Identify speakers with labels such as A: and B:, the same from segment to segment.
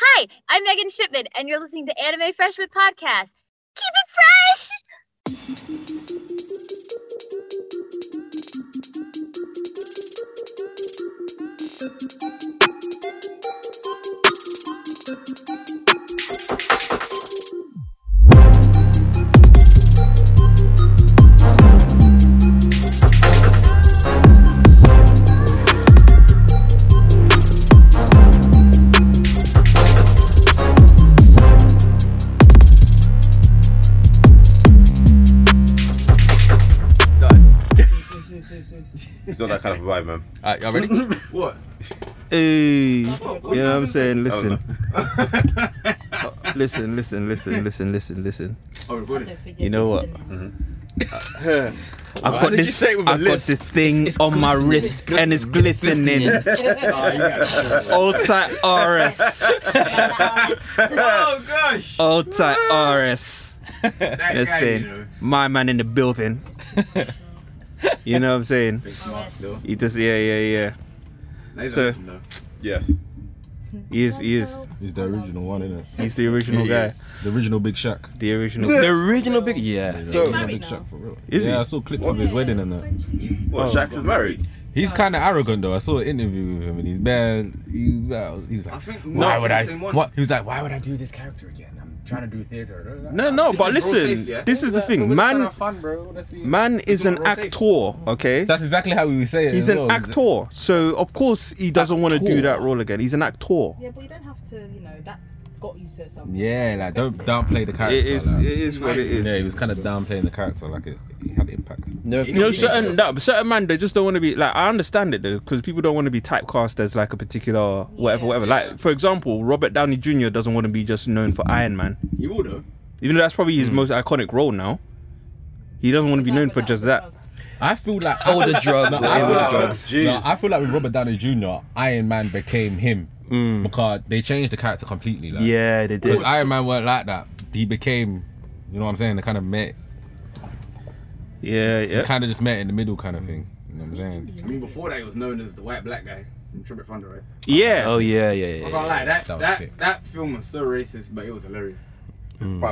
A: Hi, I'm Megan Shipman, and you're listening to Anime Freshman Podcast. Keep it fresh!
B: Done.
C: It's not that kind of a vibe, man.
D: Uh,
B: All right, y'all ready?
C: What?
E: Hey, you know what I'm saying?
C: That was
E: Listen,
C: not-
E: listen, listen, listen, listen, listen, listen.
B: oh, recording.
E: You know what? I
B: Why
E: got
B: did you
E: this.
B: say
E: I
B: it with a
E: got
B: lisp?
E: this thing
B: It's
E: on my
B: glistening.
E: wrist, and it's glistening.
B: Oh, you got it.
E: Ulti RS,
B: oh gosh.
E: Ulti RS.
B: That
E: This thing, my man in the building. You know what I'm saying?
B: Big smart still.
E: He just, yeah, yeah, yeah.
B: Now he's
E: So-
B: acting, though.
C: Yes.
E: He is, he is,
F: It's the original one, isn't it?
E: he's the original
B: He
E: guy.
B: is.
F: The original Big Shaq.
E: The original.
B: The original big yeah.
F: The
E: So-
F: original Big
G: married now.
F: Shaq for real.
E: Is
F: yeah,
E: he?
F: I saw clips of his wedding and that.
C: What? Shax is married.
F: He's kind of arrogant though. I saw an interview with him and he's bad. He was bad. He was like,
B: I think
F: why
B: Nas is
F: would
B: the
F: I?
B: same one.
F: What? He was like, why would I do this character again? I'm trying to do theater.
E: No, no, but
B: This is real
E: listen,
B: safe, yeah?
E: this is the thing. Man, man is an
B: real safe.
E: actor, okay?
F: That's exactly how we would say it.
E: He's
F: as
E: an
F: well.
E: actor, so of course he doesn't want to do
F: Actor.
E: that role again. He's an actor.
G: Yeah, but you don't have to, you know, that got you to something.
F: Yeah, like don't
G: Respect it.
F: downplay the character.
E: It is.
F: like.
E: It is what it
F: yeah, he
E: is.
F: was kind of downplaying the character. Like it, it had impact.
E: No,
B: You
E: you
B: know,
E: know,
B: it
E: certain
B: is.
E: no, but certain man they just don't want to be like. I understand it though, because people don't want to be typecast as like a particular whatever,
G: Yeah.
E: whatever. Like for example, Robert Downey Jr. doesn't want to be just known for Iron Man,
B: You will though.
E: even though that's probably his most iconic role now. He doesn't want to be known for just that.
F: I feel like all the drugs.
C: or
F: I, feel
C: older
F: like-
C: drugs.
F: no,
C: Jeez.
F: I feel like with Robert Downey Jr., Iron Man became him because they changed the character completely. Like,
E: Yeah, they
F: because Iron Man weren't like that. He became, you know what I'm saying, the kind of met,
E: Yeah, yeah.
F: kind of just met in the middle kind of thing. You know what I'm saying?
B: I mean, before that, he was known as the white black guy from Triple Thunder, right?
E: Yeah.
D: Oh yeah, yeah,
B: I
D: yeah.
B: can't lie, that
F: that
B: that
F: was
B: that,
F: sick.
B: film was so racist, but it was hilarious.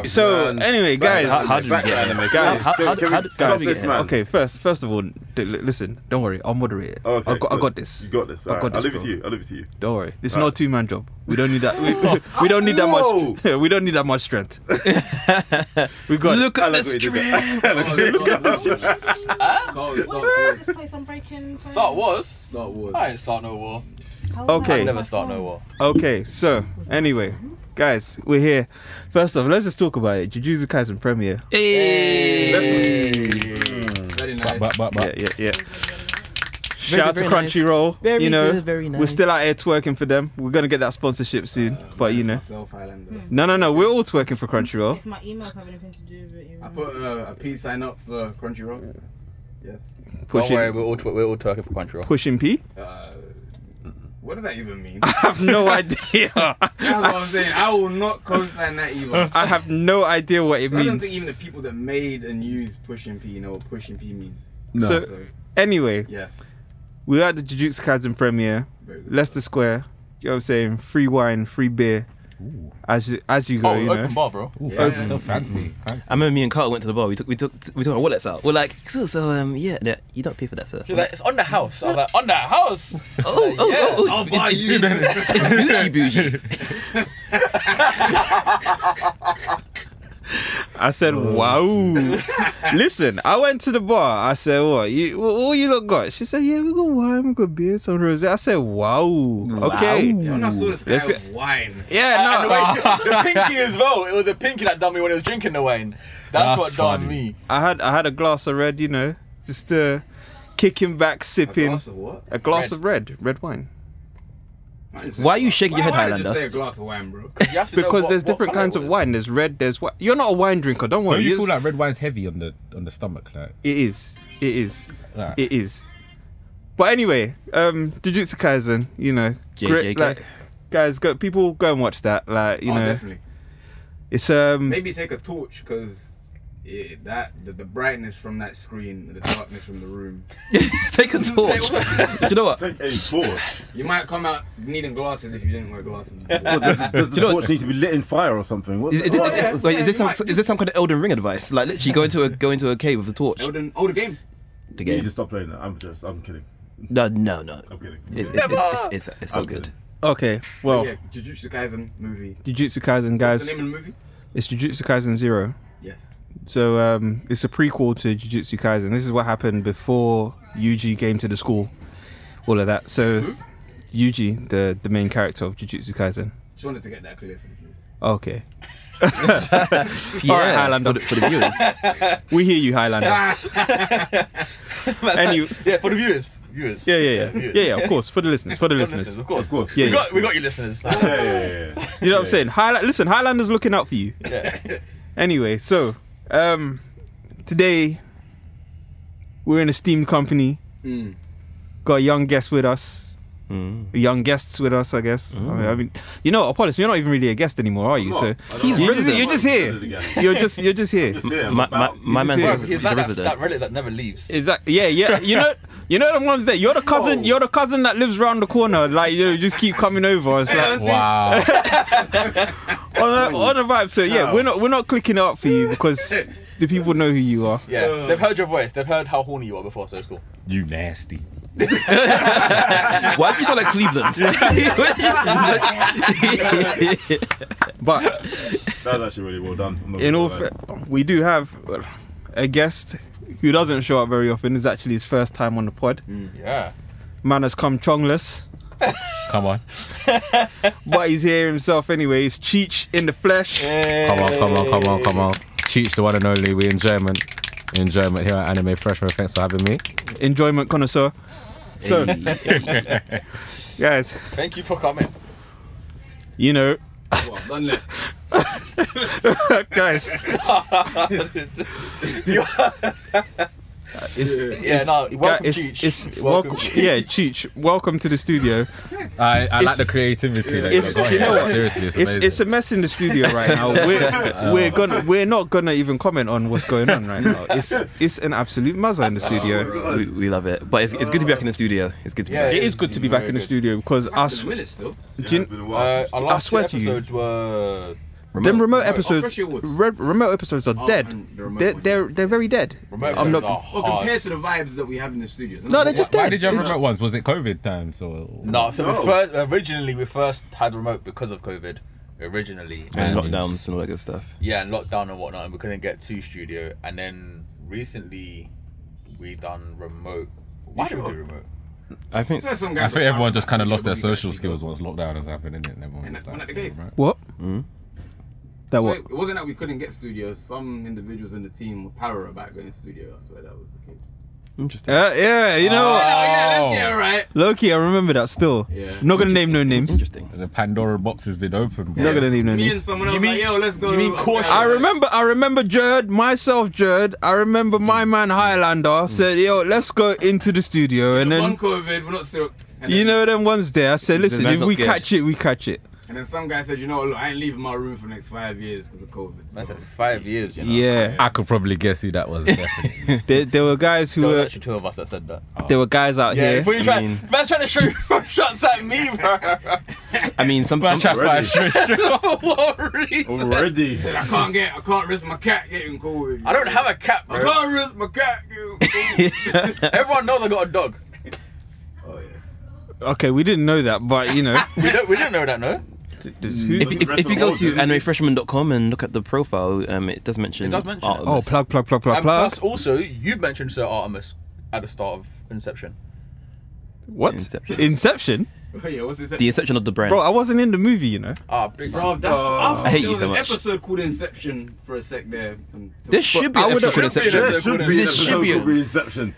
E: So anyway, guys,
D: how- how did we
C: back
D: get
C: to
D: here?
C: anime.
E: Guys,
C: Guys,
D: how-
C: so
D: how-
C: can
D: how
C: we
D: did-
C: stop
D: how did we
C: this,
D: get
C: man?
E: Okay, first, first of all, d- li- listen. Don't worry, I'll moderate it.
C: Oh, okay,
E: I, got, I
C: good.
E: got this.
C: You got this.
E: I
C: All right,
E: got
C: I'll
E: this,
C: leave it to
E: bro.
C: you. I'll leave it to you.
E: Don't worry, it's
C: Right.
E: not a two-man job. We don't need that. We, we don't need that much. We don't need that much strength. we got. it.
C: I like what you did there. I like what you did there.
G: What is this place I'm breaking?
D: Start wars?
B: Star Wars.
D: I didn't start no war.
E: Okay.
D: I never start no war.
E: Okay, so anyway, guys, we're here. First off, let's just talk about it. Jujutsu Kaisen premiere.
B: Very nice.
F: But
E: Yeah,
F: but but
E: yeah, yeah. Shout out to
D: very nice.
E: Crunchyroll.
D: Very
E: you know,
D: good, very
E: we're
D: nice.
E: still out here twerking for them. We're gonna get that sponsorship soon, but you know,
B: Uh, Myself, Highlander.
E: no, no, no, we're all twerking for Crunchyroll.
G: If my emails have anything to do with it,
B: I put uh, a peace sign up for Crunchyroll. Yes.
D: Don't worry,
E: Pushing,
D: we're all tw- we're all talking for control.
E: pushing P.
B: Uh, what does that even mean?
E: I have no idea.
B: That's what I'm saying. I will not co-sign that either.
E: I have no idea what it
B: I don't
E: means.
B: think even the people that made and used Pushing P know what Pushing P means.
E: So
B: So
E: anyway,
B: yes,
E: we're at the Jujutsu Kaisen premiere,
B: very good.
E: Leicester Square. You know what I'm saying? Free wine, free beer. As you, as you go,
D: Oh,
E: you
D: open
E: know.
D: bar, bro.
F: Ooh,
B: Yeah.
F: fan- no, fancy. fancy.
D: I remember me and Carl went to the bar. We took we took we took our wallets out. We're like, so, so um yeah, yeah, you don't pay for that, sir.
H: She's like, it's on the house. I was like, on the house?
D: Oh, oh,
H: yeah.
D: oh, oh,
B: buy you.
D: it's bougie, bougie.
E: I said, wow. Listen, I went to the bar. I said, what? You, what, what you lot got? She said, yeah, we got wine, we got beer, some rose. I said, wow. Okay.
B: Yeah, when I saw this guy
E: Let's
B: with wine.
E: Yeah,
H: And
E: no.
H: the, way, the pinky as well. It was a pinky that done me when he was drinking the wine. That's,
F: That's
H: what done
F: funny.
H: me.
E: I had I had a glass of red, you know, just uh, kicking back,
B: A
E: sipping.
B: glass of what?
E: A glass
H: Red.
E: of red, red wine.
B: Why just say
D: Why are you
B: glass-
D: shaking your
B: why-
D: head,
B: Why did I just
D: Highlander?
B: say a glass of wine, bro?
H: You have to know
E: Because
H: what-
E: there's
H: what
E: different
H: colour
E: kinds
H: it
E: of
H: was.
E: wine. There's red, there's white. You're not a wine drinker, don't worry.
F: Don't you
E: It's-
F: feel like red wine's heavy on the on the stomach? Like,
E: It is. It is.
F: like
E: It is. But anyway, um, Jujutsu Kaisen, you know,
D: JJK.
E: like, guys, go people go and watch that. Like, you
B: oh,
E: know,
B: definitely.
E: it's um,
B: Maybe take a torch because it, that the, the brightness from that screen, the darkness from the room.
D: Take a torch. Do you know what?
I: Take a torch.
B: You might come out needing glasses if you didn't wear glasses.
I: Well, does, does the
D: you know
I: torch need to be lit in fire or something? What
D: Is, is,
I: the-
D: this,
I: oh, yeah.
D: wait, is this some, is this some kind of Elden Ring advice? Like literally go into a go into a cave with a torch.
B: Elden, older game.
D: The
I: You need
D: game.
I: to stop playing that. I'm just, I'm kidding.
D: No, no, no.
I: I'm kidding.
D: It's, it's, it's, it's, it's so
I: Okay.
D: good.
E: Okay, well,
B: Yeah, Jujutsu Kaisen movie.
E: Jujutsu Kaisen,
B: What's
E: guys.
B: the name of the movie?
E: It's Jujutsu Kaisen Zero.
B: Yes.
E: So um, it's a prequel to Jujutsu Kaisen. This is what happened before Yuji came to the school, all of that. So Yuji, the the main character of Jujutsu Kaisen.
B: Just wanted to get that clear for the viewers.
E: Okay,
D: Yeah,
E: Alright, Highlander.
D: for, the, for the viewers.
E: we hear you, Highlander. Anyway-
J: yeah, for the viewers. Viewers.
E: Yeah, yeah, yeah,
J: viewers.
E: yeah, yeah. Of course, for the listeners, for the
J: For the
E: listeners.
J: Of course.
I: Of course.
E: Yeah,
J: We
E: yeah.
J: got, we got you listeners.
I: Yeah, yeah, yeah, yeah.
E: You know what I'm saying? Highla- listen, Highlander's looking out for you.
J: Yeah.
E: Anyway, so um, today we're an esteemed company.
B: Mm.
E: Got a young guest with us. Young guests with us, I guess. I, mean, I mean, you know, Apollos, you're not even really a guest anymore, are you?
I: I'm
E: So
I: not. I don't
D: He's
I: know.
E: you're just,
D: resident.
E: you're just
I: I'm
E: here.
I: resident again.
E: You're just you're just here.
I: Just here, I'm
D: My, my,
I: about-
D: my
E: He's
D: man's
E: a-
D: a,
J: Bro,
D: he's a
J: he's like that, that
D: resident.
J: Reddit that never leaves.
E: Exactly. Yeah, yeah. You know, you know the ones that you're the cousin.
I: No.
E: You're the cousin that lives round the corner. Like you just keep coming over. It's like
F: Wow.
E: on a, on a vibe. So yeah,
I: No.
E: we're not we're not clicking it up for you because the people know who you are.
J: Yeah, they've heard your voice. They've heard how horny you are before, so it's cool.
F: you nasty.
D: Why do you sound like Cleveland?
E: But
I: That was actually really well done. I'm not
E: in
I: gonna
E: all,
I: lie.
E: fa- we do have well, a guest who doesn't show up very often. It's actually his first time on the pod.
J: Yeah.
E: Man has come chongless,
F: Come on.
E: but he's here himself anyway. He's Cheech in the flesh.
B: Oh.
F: Come on, come on, come on, come on. Cheech, the one and only. We in German. In German here at Anime Freshman. Thanks for having me.
E: Enjoyment connoisseur. So, guys,
J: Thank you for coming.
E: you know,
B: Well, done left.
E: guys,
J: You-
E: it's,
J: yeah, no, welcome,
E: it's,
J: Cheech.
E: it's- welcome, yeah, Cheech, welcome to the studio.
F: I, I like
E: It's-
F: the creativity that
E: it's-
F: you've got
E: you
F: here.
E: know
F: like,
E: what?
F: seriously, it's,
E: It's,
F: amazing.
E: it's a mess in the studio right now. We're, we're gonna we're not gonna even comment on what's going on right now. It's it's an absolute muzzer in the studio.
D: we, we love it. But it's, it's good to be back in the studio. It's good to be
J: Yeah,
D: back.
E: It is good to be back in the studio because us
B: Two minutes though.
I: Yeah,
E: do you-
I: it's been a
J: Uh,
I: while.
J: our last
E: swear
J: two
E: to you.
J: episodes were
E: them remote
B: I'll
E: episodes
B: fresh your wood.
E: re- remote episodes are
B: Oh,
E: dead.
B: and the remote
E: They're
B: one.
E: they're they're very dead.
J: remote.
E: I'm not-
J: episodes are
B: Well,
J: hard.
B: compared to the vibes that we have in the studio.
E: No, they're just
F: Why
E: dead.
F: did you have
E: They're
F: remote ones? Was it COVID times or?
J: No, so
I: No.
J: We first, originally we first had remote because of COVID. Originally,
F: Man,
D: And lockdowns
F: it's-
D: and all that good stuff.
J: yeah, and lockdown and whatnot, and we couldn't get to studio. And then recently, we done remote. Why did we do remote?
D: I think.
B: There's some
F: I
B: guys
F: think
B: that-
F: everyone just kind of lost their
B: Nobody can
F: social
B: actually
F: skills once lockdown has happened, innit? And everyone's
B: And that's
F: just like,
B: not the
F: staying
B: case.
F: remote.
E: What?
D: Mm.
E: That
B: go.
E: what?
B: Wait, it wasn't that we couldn't get studios. Some individuals in the team were para about going to studio. That's where that was the case.
D: Interesting.
E: Uh, yeah, you know,
F: Oh.
E: what?
B: Oh, yeah, that's yeah, right.
E: Loki, I remember that still.
B: Yeah.
E: Not gonna name no names.
D: Interesting.
F: The Pandora box has been opened.
E: Not gonna name no
B: Me and
E: names.
B: someone
J: You
B: else.
J: mean-
B: like, Yo, let's go.
J: you mean
B: to-
J: cautious.
E: I remember, I remember Jerd, myself, Jerd. I remember my man Highlander said, "Yo, let's go into the studio." And
B: One
E: then
B: COVID, we're not still. And
E: you
B: then-
E: know, then one's there. I said, "Listen,
D: man's
E: if
D: not
E: we
D: scared.
E: catch it, we catch it."
B: And then some guy said, you know, what, look, I ain't leaving my room for the next five years because of COVID.
J: That's
B: so-
J: like five years, you know.
E: Yeah,
F: I could probably guess who that was. definitely.
E: there, there were guys who
J: There were
E: were
J: actually two of us that said that.
E: there were guys out
J: Yeah,
E: here.
J: before you
D: I
J: try,
D: mean-
J: man's trying to shoot shots at me, bro.
D: I mean, some.
F: Man,
D: some
F: try fire straight- straight-
J: what reason?
I: Already.
B: I can't get, I can't risk my cat getting COVID.
J: I don't have a cat,
B: I
J: bro.
B: can't risk my cat getting COVID.
J: Everyone knows I got a dog.
B: oh yeah.
E: Okay, we didn't know that, but you know,
J: We don't, we didn't know that, no.
E: who-
D: if, if, if you go to
I: Doesn't
D: animefreshman.com and look at the profile, um, it does mention.
J: It does mention it.
E: oh,
D: Artemis.
E: plug, plug, plug, plug,
J: And
E: plug.
J: plus, also, you've mentioned Sir Artemis at the start of Inception.
E: What?
D: Inception.
E: Inception?
B: Oh yeah. What's this?
D: The inception of the brand.
E: Bro, I wasn't in the movie, you know.
J: Ah, big
B: Bro, that's. I, thought
D: I
B: there
D: hate you
B: was
D: so
B: an
D: much.
B: Episode called Inception for a sec there. and-
D: There should be
E: I
D: an
E: would've-
D: episode called
J: should
I: There should
D: Inception.
J: be an episode called
I: be an
D: This should
I: episode
D: be
I: called
D: a-
I: Reinception.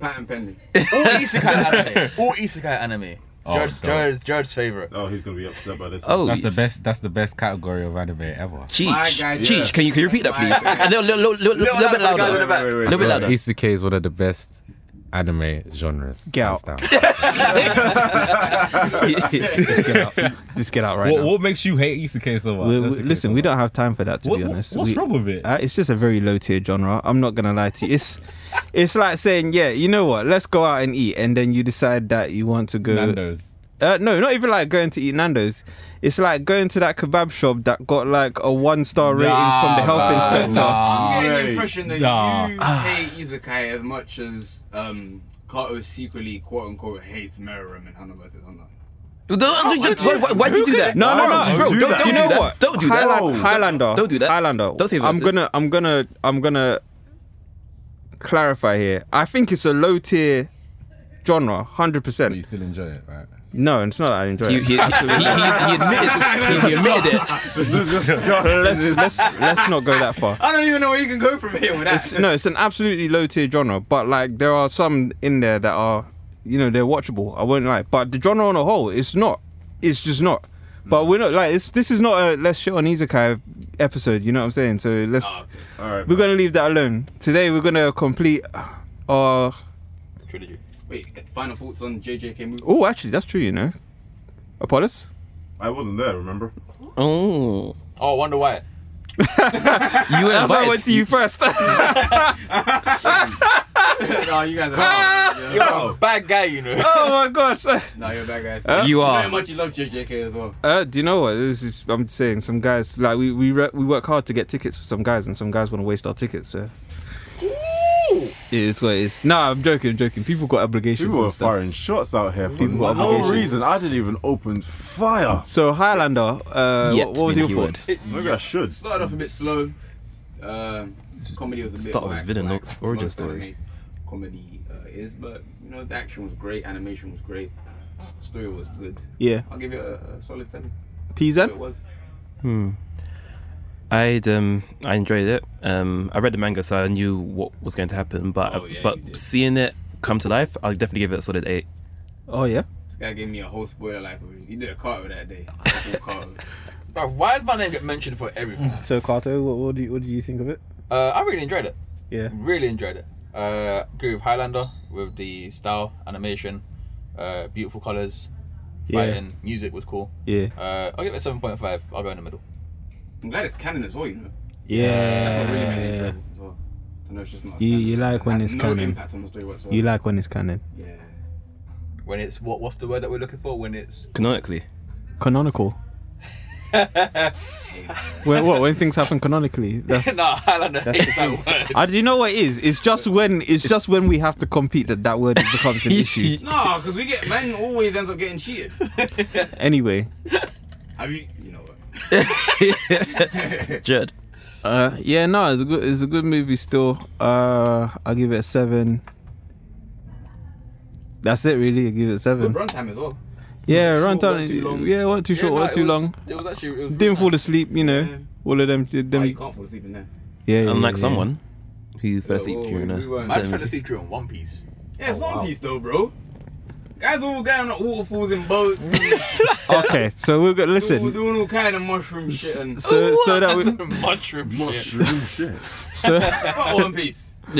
B: Patent pending.
J: All isekai anime. All isekai anime.
F: Oh,
J: Jared's,
F: God.
J: Jared's, Jared's favorite.
I: Oh, he's gonna be upset by this.
D: Oh,
I: one.
F: That's the best. That's the best category of anime ever.
B: My
D: Cheech,
B: guy, yeah.
D: Cheech, can you can you repeat that
B: My
D: please?
B: guy.
D: A little, little, little, little,
J: Little
D: little bit
J: louder, guys in
D: louder.
J: the back.
D: A little bit
F: Bro,
D: louder.
F: Isekai is one of the best anime genres.
E: Get out.
F: hands down.
E: Just get out. Just get out right
F: what,
E: now.
F: what makes you hate Isekai so much?
E: We-
F: That's
E: we-
F: the case
E: listen, we
F: so much.
E: don't have time for that. To
F: What-
E: be
F: what-
E: honest,
F: what's
E: We-
F: wrong with it?
E: Uh, it's just a very low tier genre. I'm not gonna lie to you. It's it's like saying, yeah, you know what? Let's go out and eat, and then you decide that you want to go.
F: Nando's.
E: Uh, no, not even like going to eat Nando's. It's like going to that kebab shop that got like a one star rating from the health
F: man,
E: inspector.
B: I'm getting
C: Right.
B: the impression that
F: Nah.
B: you
D: Ah.
B: hate Izakai as much as um, Kato secretly, quote unquote, hates Meruem and Hannah vs. Hannah.
D: why, why, why'd you do that?
E: No, no, no,
C: Don't
E: bro,
C: do
E: don't,
C: that.
E: you
C: Don't
E: know
C: do
E: what?
D: Don't do that.
E: Highland- Highlander.
D: Don't do that.
E: Highlander.
D: Don't say
E: I'm
D: versus.
E: gonna, I'm gonna, I'm gonna clarify here. I think it's a low tier genre, hundred
F: But you
E: percent.
F: still enjoy it, right?
E: No, it's not. that I enjoy
D: He,
E: it.
D: he, he, he, he admitted, he admitted it.
E: let's, let's let's not go that far.
B: I don't even know where you can go from here with that.
E: It's, no, it's an absolutely low tier genre, but like there are some in there that are, you know, they're watchable. I won't lie, but the genre on a whole, it's not. It's just not. But we're not like it's, this is not a let's shit on Izakai episode. You know what I'm saying? So let's
B: Ah,
C: All right.
E: we're gonna leave that alone. Today we're gonna complete our.
H: Trilogy.
B: Wait, final thoughts on JJK movie?
E: Oh, actually, that's true. You know, Apollos.
C: I wasn't there. Remember?
D: Oh,
H: Oh, I wonder why.
D: you were
E: I went to
D: invited.
E: you first.
B: Oh no, you guys are.
H: You're
B: You're-
H: a bad guy, you know.
E: oh my gosh.
B: No, Ah! you're bad guys.
D: You
B: know
D: are.
B: how much you love JJK as well.
E: Uh, do you know what? This is, I'm saying some guys like we we re- we work hard to get tickets for some guys, and some guys want to waste our tickets. So. It is what it is. Nah, I'm joking. I'm joking. People got obligations
C: People were
E: and stuff.
C: firing shots out here for
E: People were
C: no
E: obligation.
C: reason. I didn't even open fire.
E: So Highlander, uh,
D: Yet
E: what, what was your
D: been cured.
E: thoughts?
C: Maybe I should.
B: Started off a bit slow. Um, comedy was a bit.
D: Start with
B: whack,
D: villain
B: like
D: arcs, origin
B: most
D: story.
B: anime Comedy uh, is, but you know the action was great, animation was great, story was good.
E: Yeah,
B: I'll give it a, a solid ten. It
E: Pizan.
B: was.
D: Hmm. I'd um I enjoyed it. Um, I read the manga, so I knew what was going to happen. But
B: Oh, yeah, you
D: but
B: did.
D: seeing it come to life, I'll definitely give it a solid eight.
E: Oh yeah.
B: This guy gave me a whole spoiler like he did a cartwheel that day. A full cartwheel.
H: Bro, why does my name get mentioned for everything?
E: So Kato, what, what do you, what do you think of it?
H: Uh, I really enjoyed it.
E: Yeah.
H: Really enjoyed it. Uh, agree with Highlander with the style, animation, uh, beautiful colors,
E: Yeah.
H: fighting, music was cool.
E: Yeah.
H: Uh, I'll give it seven point five. I'll go in the middle.
B: I'm glad it's canon as well, you know. That's what really made it
E: Yeah.
B: enjoyable as well. I know it's just not. a
E: You-
B: standard.
E: you like when
B: Had
E: it's
B: no
E: canon.
B: impact on the story whatsoever.
E: You like when it's canon,
B: Yeah.
H: When it's what? What's the word that we're looking for? When it's
D: Canonically,
E: canonical. when, what when things happen canonically? That's
H: no Highlander hates that word.
E: I, do you know what it is? It's just when it's just when we have to compete that that word becomes an issue.
B: No, because we get man always ends up getting cheated.
E: Anyway,
B: Have you? You know what?
D: Jed.
E: uh, yeah, no, it's a good it's a good movie still. Uh, I'll give it a seven. That's it, really. I give it a
B: Good
E: seven.
B: runtime as well.
E: Yeah,
B: Short,
E: run down.
B: not too long.
E: Yeah, wasn't too short,
H: no,
E: wasn't
H: it
E: too
H: was-
E: long.
H: It was actually. It was
E: Didn't fall asleep, you know.
B: Yeah.
E: All of them, them.
B: Oh, you can't fall asleep in there.
E: yeah, yeah,
D: Unlike
E: yeah.
D: someone who fell
B: Whoa,
D: asleep
B: whoa,
D: during
B: we-
D: a
B: we weren't-
H: I fell
D: ceremony.
H: asleep during One Piece.
B: Yeah, it's
E: Oh,
B: One Piece though, bro. Guys all going on waterfalls and boats, and
E: Okay, so we're gonna
B: doing,
E: listen.
B: doing all kind of mushroom shit and Oh,
E: So, so that we,
H: Mushroom shit.
C: Mushroom shit.
E: so
B: Fuck One Piece.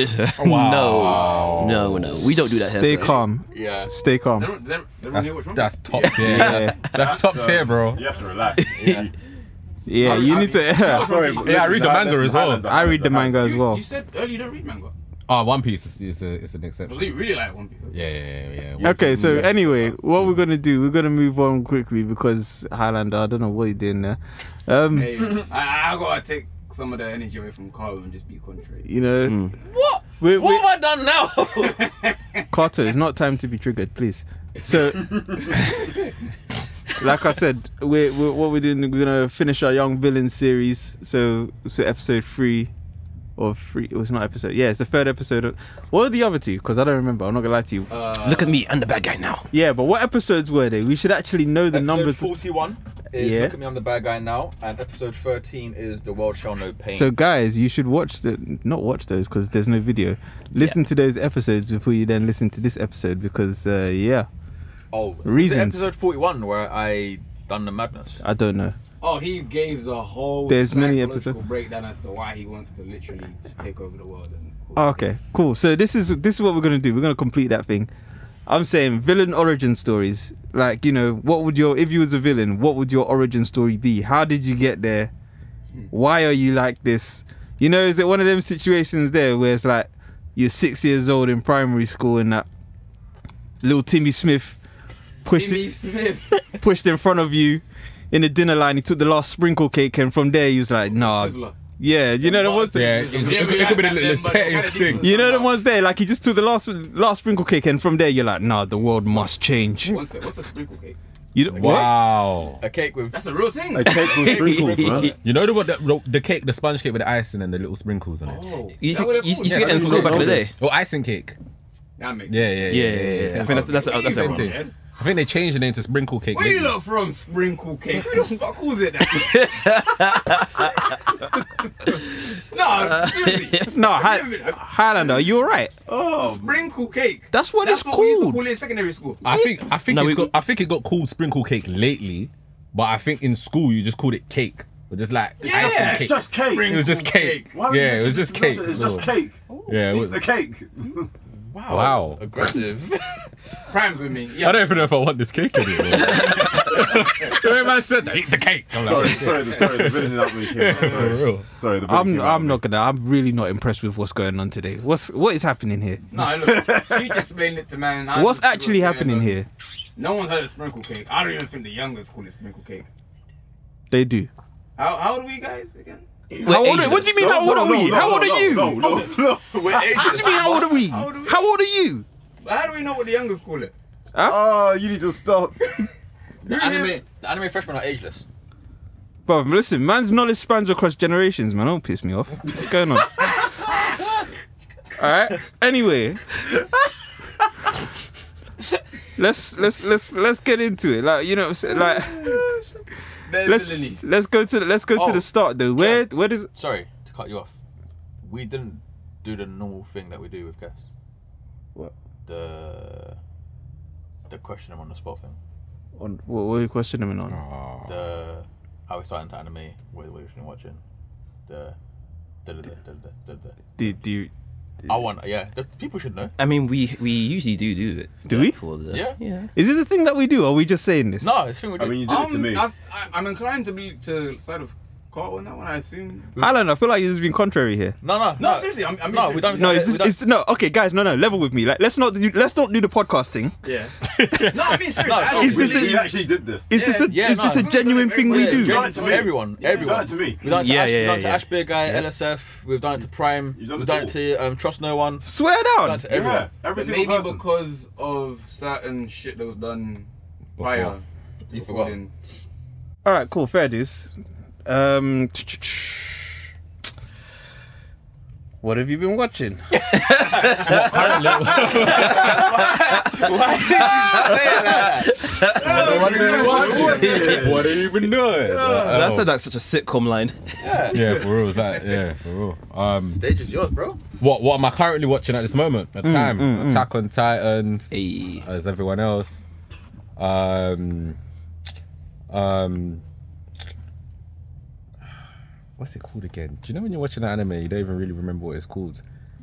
D: no, no, no, we don't do that. here,
E: stay
D: sir.
E: calm,
H: Yeah.
E: stay calm.
B: Does everyone- does everyone- does everyone
F: That's,
B: hear what's wrong?
F: that's top tier. That's top tier, bro.
C: You have to relax. Yeah,
E: Yeah, you need to.
C: sorry.
B: Yeah,
C: listen,
F: I read the
C: that-
F: manga
C: listen,
F: as well.
C: Highlander,
E: I read the manga
B: You,
E: as well.
B: you said earlier you don't read manga.
F: Oh, One Piece is, is, a, is an
B: So
F: exception.
B: you really like One Piece.
F: Yeah, yeah, yeah. yeah.
E: Okay, so anyway, what we're gonna do? We're gonna move on quickly because Highlander. I don't know what he doing there. Um,
B: Hey, I, I gotta take some of the energy away from Carl and just be contrary.
E: you know,
H: What?
E: we, we,
H: What have I done now?
E: Carter, it's not time to be triggered, please. So, like I said, we're, we're what we're doing. We're gonna finish our Young Villains series. So, so episode three. Or three, it was not episode. Yeah, it's the third episode. Of, what are the other two? Because I don't remember. I'm not gonna lie to you.
B: Uh,
D: Look at me, I'm the bad guy now.
E: Yeah, but what episodes were they? We should actually know the
H: episode
E: numbers.
H: 41 is
E: Yeah.
H: Look at Me, I'm the Bad Guy Now, and episode 13 is The World Shall Know Pain.
E: So guys, you should watch the not watch those because there's no video. Listen to those episodes before you then listen to this episode because uh, yeah,
H: oh, was it
E: reasons.
H: episode 41 where I done the madness.
E: I don't know.
B: Oh, he gave the whole
E: There's many
B: psychological
E: episodes.
B: breakdown as to why he wants to literally just take over the world. And
E: Oh, Okay, cool. So this is this is what we're gonna do. We're gonna complete that thing. I'm saying villain origin stories. Like you know, what would your if you was a villain, what would your origin story be? How did you get there? Why are you like this? You know, is it one of them situations there where it's like you're six years old in primary school and that little Timmy Smith pushed
B: Jimmy Smith,
E: pushed in front of you in the dinner line. He took the last sprinkle cake and from there he was like, nah,
B: Tesla.
E: yeah, you know the ones.
F: Yeah, it, it could be the littlest pettiest thing.
E: You know the ones there, like he just took the last last sprinkle cake, and from there you're like, nah, the world must change.
B: One sec, what's a sprinkle cake?
E: You don't, what?
F: Wow.
H: A cake with
B: That's a real thing.
C: A cake with sprinkles, man.
F: You know the what the, the cake, the sponge cake with the icing and the little sprinkles on it.
B: Oh,
D: You
B: is
D: used
B: that
D: to,
B: what
D: you
B: they're
D: used to
B: called?
D: get it in
C: Yeah, I
D: school
C: didn't
D: back in the
C: know
D: day.
C: this.
F: Or Oh, icing cake.
B: That makes
F: Yeah,
B: sense.
F: yeah,
D: Yeah,
F: yeah.
D: yeah, yeah. I think that's that's
B: Where
D: that's
B: you
D: everyone.
B: invented it?
F: I think they changed the name to sprinkle cake.
B: Where you
F: didn't
B: lot from, sprinkle cake? Who the fuck calls it that? no, seriously.
E: No, Hi- Highlander, are you alright?
C: Oh,
B: Sprinkle cake.
E: That's what
B: That's
E: it's
B: what we used to
E: called.
B: call it in secondary school.
F: I think I think
D: No,
F: it's
D: we-
F: got, I think it got called sprinkle cake lately, but I think in school you just called it cake or just like
B: Yeah,
F: icing
C: it's
F: cake.
C: just cake.
F: it was just cake.
C: Why are you
F: Yeah, it
C: making
F: was just
C: this
F: cake.
C: It's just
F: so-
C: cake.
F: Yeah, it
C: Eat
F: was,
C: the cake.
B: Wow.
F: Wow.
B: Aggressive. Crimes with me.
F: I
B: Yeah.
F: don't even know if I want this cake anymore. Everyone said that, eat the cake. I'm like,
C: sorry, sorry, the- sorry, the villain in that week. Yeah,
F: For
C: sorry.
F: real.
C: sorry, the villain
E: I'm
C: came out
E: I'm
C: of
E: not gonna. I'm really not impressed with what's going on today. What's what is happening here?
B: No, look. She just explained it to man. I
E: What's
B: just-
E: actually
B: yeah,
E: happening
B: no.
E: here?
B: No one's heard of sprinkle cake. I don't even think the youngest call it sprinkle cake.
E: They do.
B: How, how old are we guys again?
D: We're
E: How old, are- what do you mean?
C: me.
E: How old
C: No,
E: are we?
C: no,
E: How
C: no,
E: old
C: no,
E: are you?
C: No, no, no.
H: We're
E: What do you mean? How old are we?
B: How old are we?
E: How old are you?
B: But how do we know what the youngest call it?
C: Oh, you need to stop.
H: The anime, the anime freshmen are ageless.
E: Bro, listen, man's knowledge spans across generations, man. Don't piss me off. What's going on? Alright. Anyway. let's let's let's let's get into it. Like, you know what I'm saying? Like
B: There's Lily.
E: let's let's go to the let's go to
H: Oh.
E: the start though. Where where does
H: Sorry to cut you off. We didn't do the normal thing that we do with guests.
E: What?
H: The the question them on the spot thing.
E: on what were you questioning him on?
H: Oh. The how we started into anime, where we're been watching. The da, da, da, da, da, da, da.
E: Do do you
H: I want yeah. The people should know.
D: I mean, we we usually do do it.
E: Do we?
D: For the,
H: Yeah.
D: yeah.
E: is this a thing that we do? Or are we just saying this?
H: No, it's the thing we do.
C: I mean, you did it to
B: Um,
C: me.
B: I, I, I'm inclined to be to the side of Carl on that one. I assume.
E: I don't know. I feel like you've been contrary here.
H: no, no,
B: No, seriously, I'm- I'm being
H: no,
B: serious.
H: we don't.
E: No,
H: we
E: it's, just,
H: don't-
E: it's no. Okay, guys, no, no. Level with me. Like, let's not do, let's not do the podcast thing.
B: Yeah. no, I mean seriously.
H: No,
B: I
E: is this
B: really-
E: a-
C: you actually did this.
E: Is this a
H: yeah,
E: is this
H: no.
E: a genuine thing we
H: yeah,
E: do?
H: genuine
C: Done it to
H: to
C: me.
H: everyone,
C: Yeah,
H: everyone.
C: done it to me.
H: We've done it to,
D: Yeah,
H: Ash,
D: yeah,
H: we've done it to
D: yeah.
H: Ash Beer Guy, LSF. We've done it to Prime.
C: You've done
H: we've
C: it
H: done
C: to
H: it to um, Trust No One. We've
E: Swear
H: done
E: down.
H: it to everyone.
C: yeah, every
B: But
C: single
B: maybe
C: person.
B: because of certain shit that was done
C: uh,
B: prior. to
H: You forgot.
B: recording.
E: All right, cool. Fair dues. Um, tch, tch, tch. what have you been watching?
F: What have you been watching? What have you been doing? oh.
D: That sounded like such a sitcom line.
F: yeah, for real. It's like, yeah, for real. Um,
H: Stage is yours, bro.
F: what what am I currently watching at this moment? At time, Attack on Titans,
D: Mm, Hey.
F: as everyone else. Um, um, what's it called again? Do you know when you're watching an anime, you don't even really remember what it's called?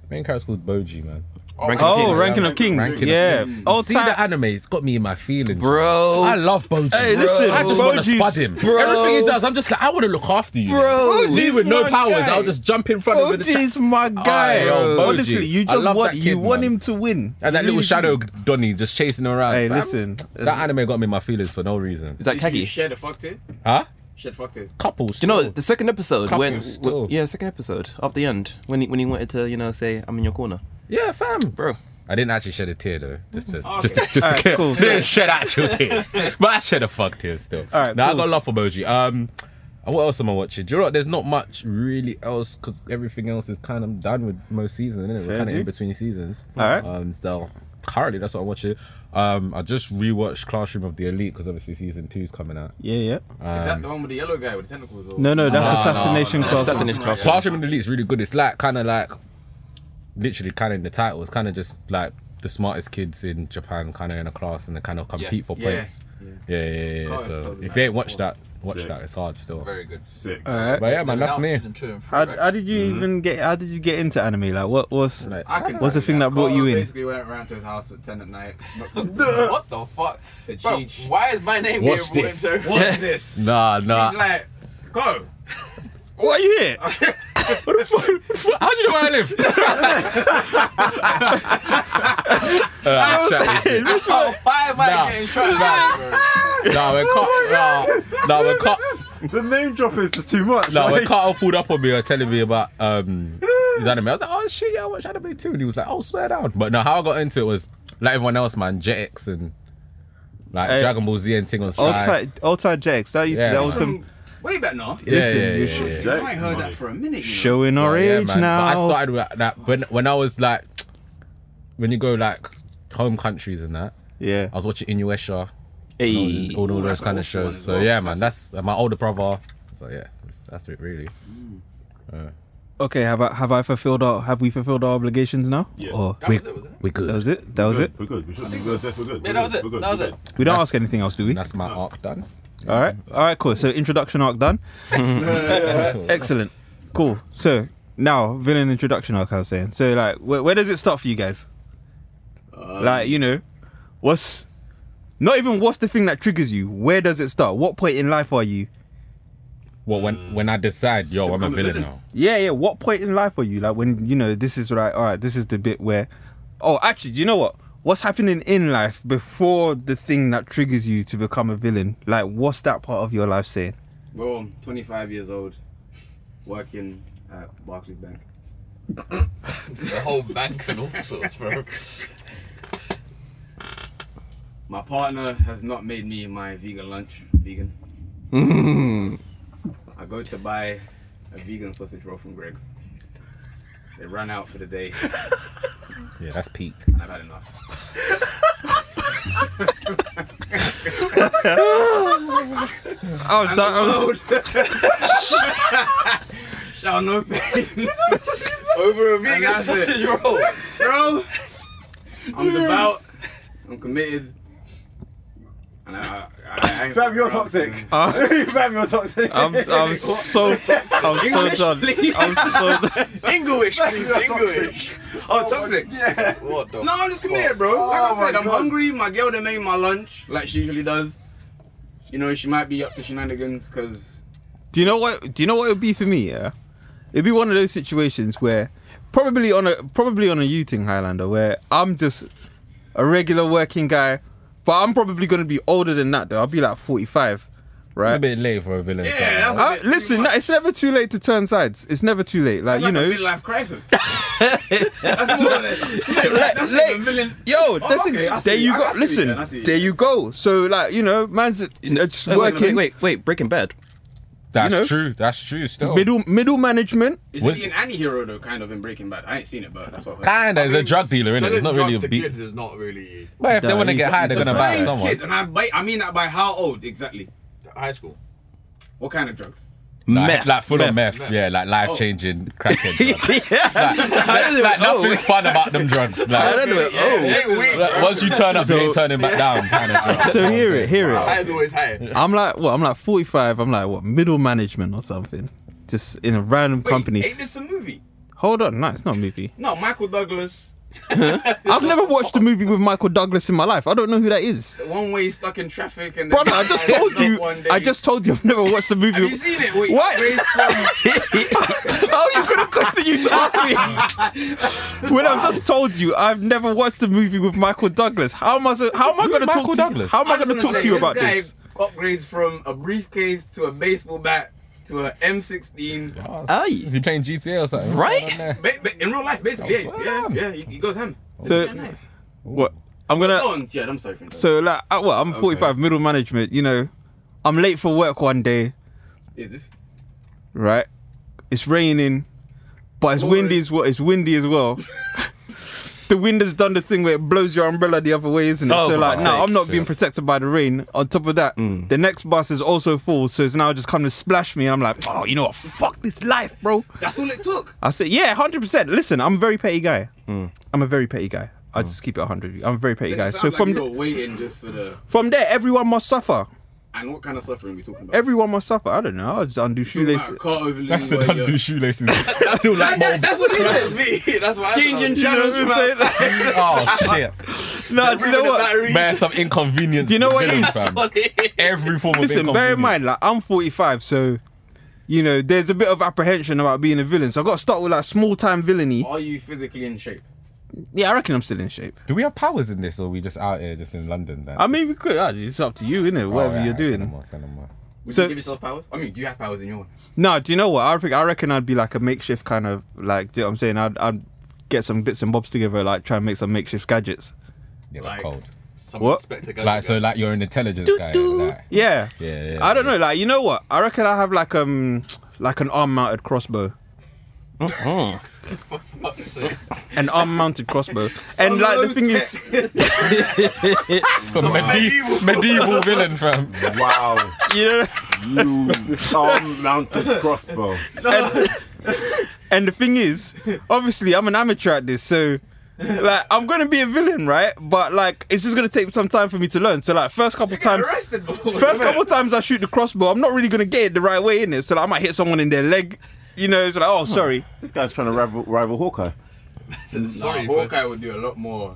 F: Main character's called Boji, man.
D: Ranking
E: oh,
D: Kings. Mm.
E: Ranking of Kings.
F: Ranking of
E: yeah. Oh,
F: See
E: time.
F: the anime, it's got me in my feelings,
D: Bro.
F: I love Boji.
E: Hey, listen,
F: I just want to
E: Boji's-
F: spud him.
E: Bro.
F: Everything he does, I'm just like, I want to look after you,
D: Bro.
F: man. Me with no
E: Boji's my
F: powers,
E: guy.
F: I'll just jump in front of him. and
E: OG's my guy.
F: yo, Boji.
E: Honestly, you
F: I
E: just
F: love
E: want
F: that
E: you
F: kid,
E: want
F: man.
E: him to win.
F: And
E: You
F: that little
E: really
F: shadow
E: do.
F: Donny just chasing her around.
E: Hey,
F: fam.
E: listen.
F: That anime got me in my feelings for no reason.
D: Is that
B: Did you
D: Kagi?
B: share the fuck it?
F: Huh?
B: Share the fuck it.
F: Couples.
D: Do you know
F: still.
D: the second episode when,
F: Couples
D: when-
F: still.
D: yeah second episode up the end when he, when he wanted to you know say I'm in your corner
F: Yeah, fam.
D: bro
F: I didn't actually shed a tear though. Just to
B: Okay.
F: just to, just to
E: Alright, cool.
F: didn't shed actual tears. but I shed a fuck tear still.
E: Alright,
F: Now
E: cool.
F: I got love for Boji. Um and what else am I watching? Do you know what? There's not much really else because everything else is kind of done with most seasons, is We're
E: Fair
F: kind of
E: dude.
F: in between seasons.
E: Alright.
F: Um, so currently that's what I'm watching. Um, I just rewatched Classroom of the Elite because obviously season two's coming out.
E: Yeah, yeah.
B: Is that
F: Um,
B: the one with the yellow guy with the tentacles? Or? Ah,
E: No, no, that's assassination
B: no,
E: class.
B: that's
D: Assassination Classroom.
F: Classroom in the Elite is really good. It's like kind of like, literally, kind of in the title. It's kind of just like the smartest kids in Japan, kind of in a class, and they kind of compete for
B: Yeah.
F: points. Yeah, yeah, yeah. yeah.
B: Class
F: So
B: totally
F: if you ain't watched that, Watch
C: Sick.
F: that. It's hard still.
H: Very good.
C: Sick.
E: All
F: But
E: right.
F: yeah, man, that's me.
H: Season two and three,
E: How,
H: right?
E: how did you even get? How did you get into anime? Like, what was?
F: Like,
B: I can
E: What's the
B: tell
E: thing that brought
B: Carl
E: you in?
B: Basically went around to his house at ten at night. knocked on the door,
H: what the fuck?
B: To
H: Bro,
B: Cheech.
H: why is my name
F: Watch
H: being
F: this.
H: ruined so
B: What's this?
F: nah, nah.
B: She's like, go.
E: Why are you here?
F: How do you know where I live? Alright, chat with you.
H: Oh, why am I
F: Nah.
H: getting shot at, bro?
F: Nah, when Carl, nah, nah, when Carl,
C: The name drop is just too much.
F: nah, when
C: like-
F: Carl pulled up on me uh, telling me about um his anime, I was like, oh shit, yeah, I watch anime too. And he was like, oh, swear down. But no, how I got into it was like everyone else, man, Jetix and like
E: Hey.
F: Dragon Ball Z and thing on
E: Old
F: Sky.
E: tight, old tight Jax. That used to,
F: Yeah,
E: that
F: man.
E: was some
B: From way back now.
F: Yeah,
E: Listen,
F: yeah,
E: you
F: yeah,
E: should-
F: yeah.
B: You might have heard
C: Jackson's
B: that for a minute. You know.
E: showing our
F: So,
E: age now.
F: But I started with that when when I was like when you go like home countries and that.
E: yeah.
F: I was watching Inuesha,
D: Hey.
F: and all, all
B: Ooh,
F: those
B: that's
F: kind
B: an
F: of
B: awful one
F: shows.
B: as
F: So
B: well.
F: yeah, man, that's uh, my older brother. So yeah, that's, that's it really.
E: Okay, have I have I fulfilled our have we fulfilled our obligations now?
C: Yeah.
E: Or
H: That
E: we,
H: was it, wasn't it?
F: We good.
E: that was it. That was it.
C: We're good. We should. We're good. We're good.
H: Yeah, that was it.
C: We're good.
H: That was
C: We're
H: it.
C: good.
E: We don't
F: That's-
E: ask anything else, do we?
F: And that's my arc done.
E: All right. All right. Cool. So introduction arc done. Excellent. Cool. So now villain introduction arc. I was saying. So like, where, where does it start for you guys? like you know, what's not even what's the thing that triggers you? Where does it start? What point in life are you?
F: Well,
B: Mm.
F: when when I decide, yo, I'm a
B: Become a
F: villain
B: villain.
F: now.
E: Yeah, yeah. What point in life are you? Like when you know this is right. All right, this is the bit where. Oh, actually, do you know what? What's happening in life before the thing that triggers you to become a villain? Like, what's that part of your life saying?
B: Well, 25 years old, working at Barclays Bank.
H: The whole bank and all sorts, bro.
B: My partner has not made me my vegan lunch. Vegan. I go to buy a vegan sausage roll from Greg's. They ran out for the day,
F: Yeah, that's peak.
B: and I've had enough.
E: I was, done, I was-
B: Shall no pain,
H: Over a
B: And
H: vegan
B: that's it.
H: sausage roll.
B: bro. I'm devout. I'm committed. And I, I, I, I
C: Fam, you're toxic.
E: Uh,
C: Fam, you're toxic.
E: I'm, I'm so, I'm so done. I'm so done.
H: English, please.
C: You're
H: English.
B: Oh, toxic.
C: Yeah.
H: What the?
B: No, I'm just committed, bro. Like
C: Oh
B: I
C: my
B: said, I'm
C: God.
B: hungry. My girl didn't make my lunch like she usually does. You know, she might be up to shenanigans because
E: Do you know what? Do you know what it would be for me? Yeah, it'd be one of those situations where probably on a probably on a U thing Highlander where I'm just a regular working guy, but I'm probably gonna be older than that though. I'll be like 45,
F: It's a
E: right?
F: bit late for a villain.
B: Yeah,
F: so,
B: that's-
F: like,
E: I, listen, no, it's never too late to turn sides. It's never too late. Like you know,
B: midlife crisis. That's more than it.
E: Like,
B: That's
E: like-
B: even villain-
E: yo,
B: Oh,
E: that's a-
B: okay, I see
E: there
B: you.
E: you
B: I-
E: go.
B: I see you
E: Listen,
B: then, I see you.
E: there you go. So like you know, man's uh, just
D: Oh, wait,
E: working
D: wait, wait, wait, Breaking Bad.
F: that's
E: you know.
F: true. That's true. Still,
E: middle middle management.
B: Is
F: Was-
B: he an anti-hero though? Kind of in Breaking Bad. I ain't seen it, but that's what. I've heard.
F: kinda is a drug dealer, isn't it? It's not really a beat.
H: Kids is not really
F: But if they
E: No,
F: want to
E: he's-
F: get high,
E: he's
F: they're
E: a
F: gonna
E: fine
F: buy
B: Kid,
F: someone.
B: and I, by, I mean that by how old exactly?
H: high school.
B: What kind of drugs?
E: Oh.
F: Like,
D: Meth.
F: like full of
D: Meth.
F: meth. Yeah, like life
B: Oh.
F: changing crackhead. drugs.
D: yeah.
F: Like, like, like
E: Oh.
F: nothing's fun about them drugs. Like,
D: Oh.
F: Like, once you turn up, you ain't turning back down. Kind of drug.
E: So hear it, hear it.
H: High is always high.
E: I'm like what? I'm like 45. I'm like what? Middle management or something? Just in a random
B: Wait,
E: company.
B: Ain't this a movie?
E: Hold on, no, it's not a movie.
B: No, Michael Douglas.
E: I've never watched a movie with Michael Douglas in my life. I don't know who that is.
B: One way stuck in traffic and. the
E: Brother, I
B: guy
E: just
B: ends
E: told
B: up
E: you.
B: one day-
E: I just told you. I've never watched a movie.
B: Have you
E: with-
B: seen it? Wait,
E: What?
B: Raised from-
E: How are Oh, you gonna continue to ask me when I've just told you I've never watched a movie with Michael Douglas? How am I? so- How am I gonna
F: Michael
E: talk to? you?
F: Douglas?
E: How am I
B: just
E: gonna
B: wanna
E: talk
B: say,
E: to you about
B: guy
E: this?
B: Upgrades from a briefcase to a baseball bat to a M16.
F: Is he playing GTA or something?
D: Right?
F: What's going on there?
B: Ba- ba- in real life, basically, yeah,
F: Oh,
B: yeah,
F: fam.
B: yeah, he, he goes ham.
E: So-
B: Yeah, nice.
E: What? I'm gonna.
B: Go on, Jed. I'm sorry. For interrupting.
E: So like, uh, well, I'm 45, middle management. You know, I'm late for work one day,
B: Is this
E: right? It's raining, but it's windy as well. It's windy as well. the wind has done the thing where it blows your umbrella the other way, isn't it?
D: Oh,
E: so
D: for
E: like,
D: fuck's
E: now
D: sake.
E: I'm not being protected by the rain. On top of that, the next bus is also full, so it's now just come to splash me, and I'm like, oh, you know what? Fuck this life, bro.
B: that's all it took?
E: I said, yeah, hundred percent. Listen, I'm a very petty guy. I'm a very petty guy. I just keep it hundred. I'm a very petty guy.
B: It
E: So
B: sounds like
E: from
B: you
E: the-
B: were waiting just for the
E: from there, everyone must suffer.
B: And what kind of suffering are we talking about?
E: Everyone must suffer. I don't know. I'll just undo
B: Talking about
E: shoelaces.
B: cut over
F: That's
B: where
F: an
B: you're-
F: undo shoelaces. Still like more.
B: That's what he said. Me. That's why.
E: Changing channels without-
F: Oh shit.
E: No, do you know what?
F: Man, some inconvenience.
E: Do you know what it
F: villain,
E: is?
F: fam. Every form of
E: Listen, bear in
F: inconvenience.
E: mind, like I'm 45, so you know there's a bit of apprehension about being a villain. So I got to start with like small time villainy.
B: Are you physically in shape?
E: Yeah, I reckon I'm still in shape.
F: Do we have powers in this, or are we just out here just in London? Then
E: I mean, we could. ah, It's up to you, innit?
F: Oh,
E: Whatever
F: yeah,
E: you're
F: send
E: doing.
F: them on, send them on.
B: Would
E: So-
B: you give yourself powers? I mean, do you have powers in your one?
E: No, do you know what? I reckon, I reckon I'd be like a makeshift kind of like. Do you know what I'm saying? I'd, I'd get some bits and bobs together, like try and make some makeshift gadgets.
F: Yeah, that's
B: Like-
F: cold.
H: Someone
E: What?
H: expect a guy
F: Like
H: to
F: so,
H: get-
F: like you're an intelligence guy. Like,
E: Yeah.
F: yeah, yeah.
E: I don't know. Like you know what? I reckon I have like um like an arm mounted crossbow.
D: Mhm.
H: Fuck's sake.
E: An arm mounted crossbow. and like the thing is
F: Some medieval, medieval villain, fam.
C: Wow.
E: you know
C: You arm mounted crossbow.
E: and the thing is, obviously I'm an amateur at this, so like I'm gonna be a villain, right? But like it's just gonna take some time for me to learn. So like first couple times
B: Arrested before.
E: First couple times I shoot the crossbow, I'm not really gonna get it the right way in it. So like, I might hit someone in their leg. You know, it's like, oh, sorry.
C: This guy's trying to rival, rival Hawkeye.
B: Nah,
H: Sorry, for,
B: Hawkeye would do a lot more.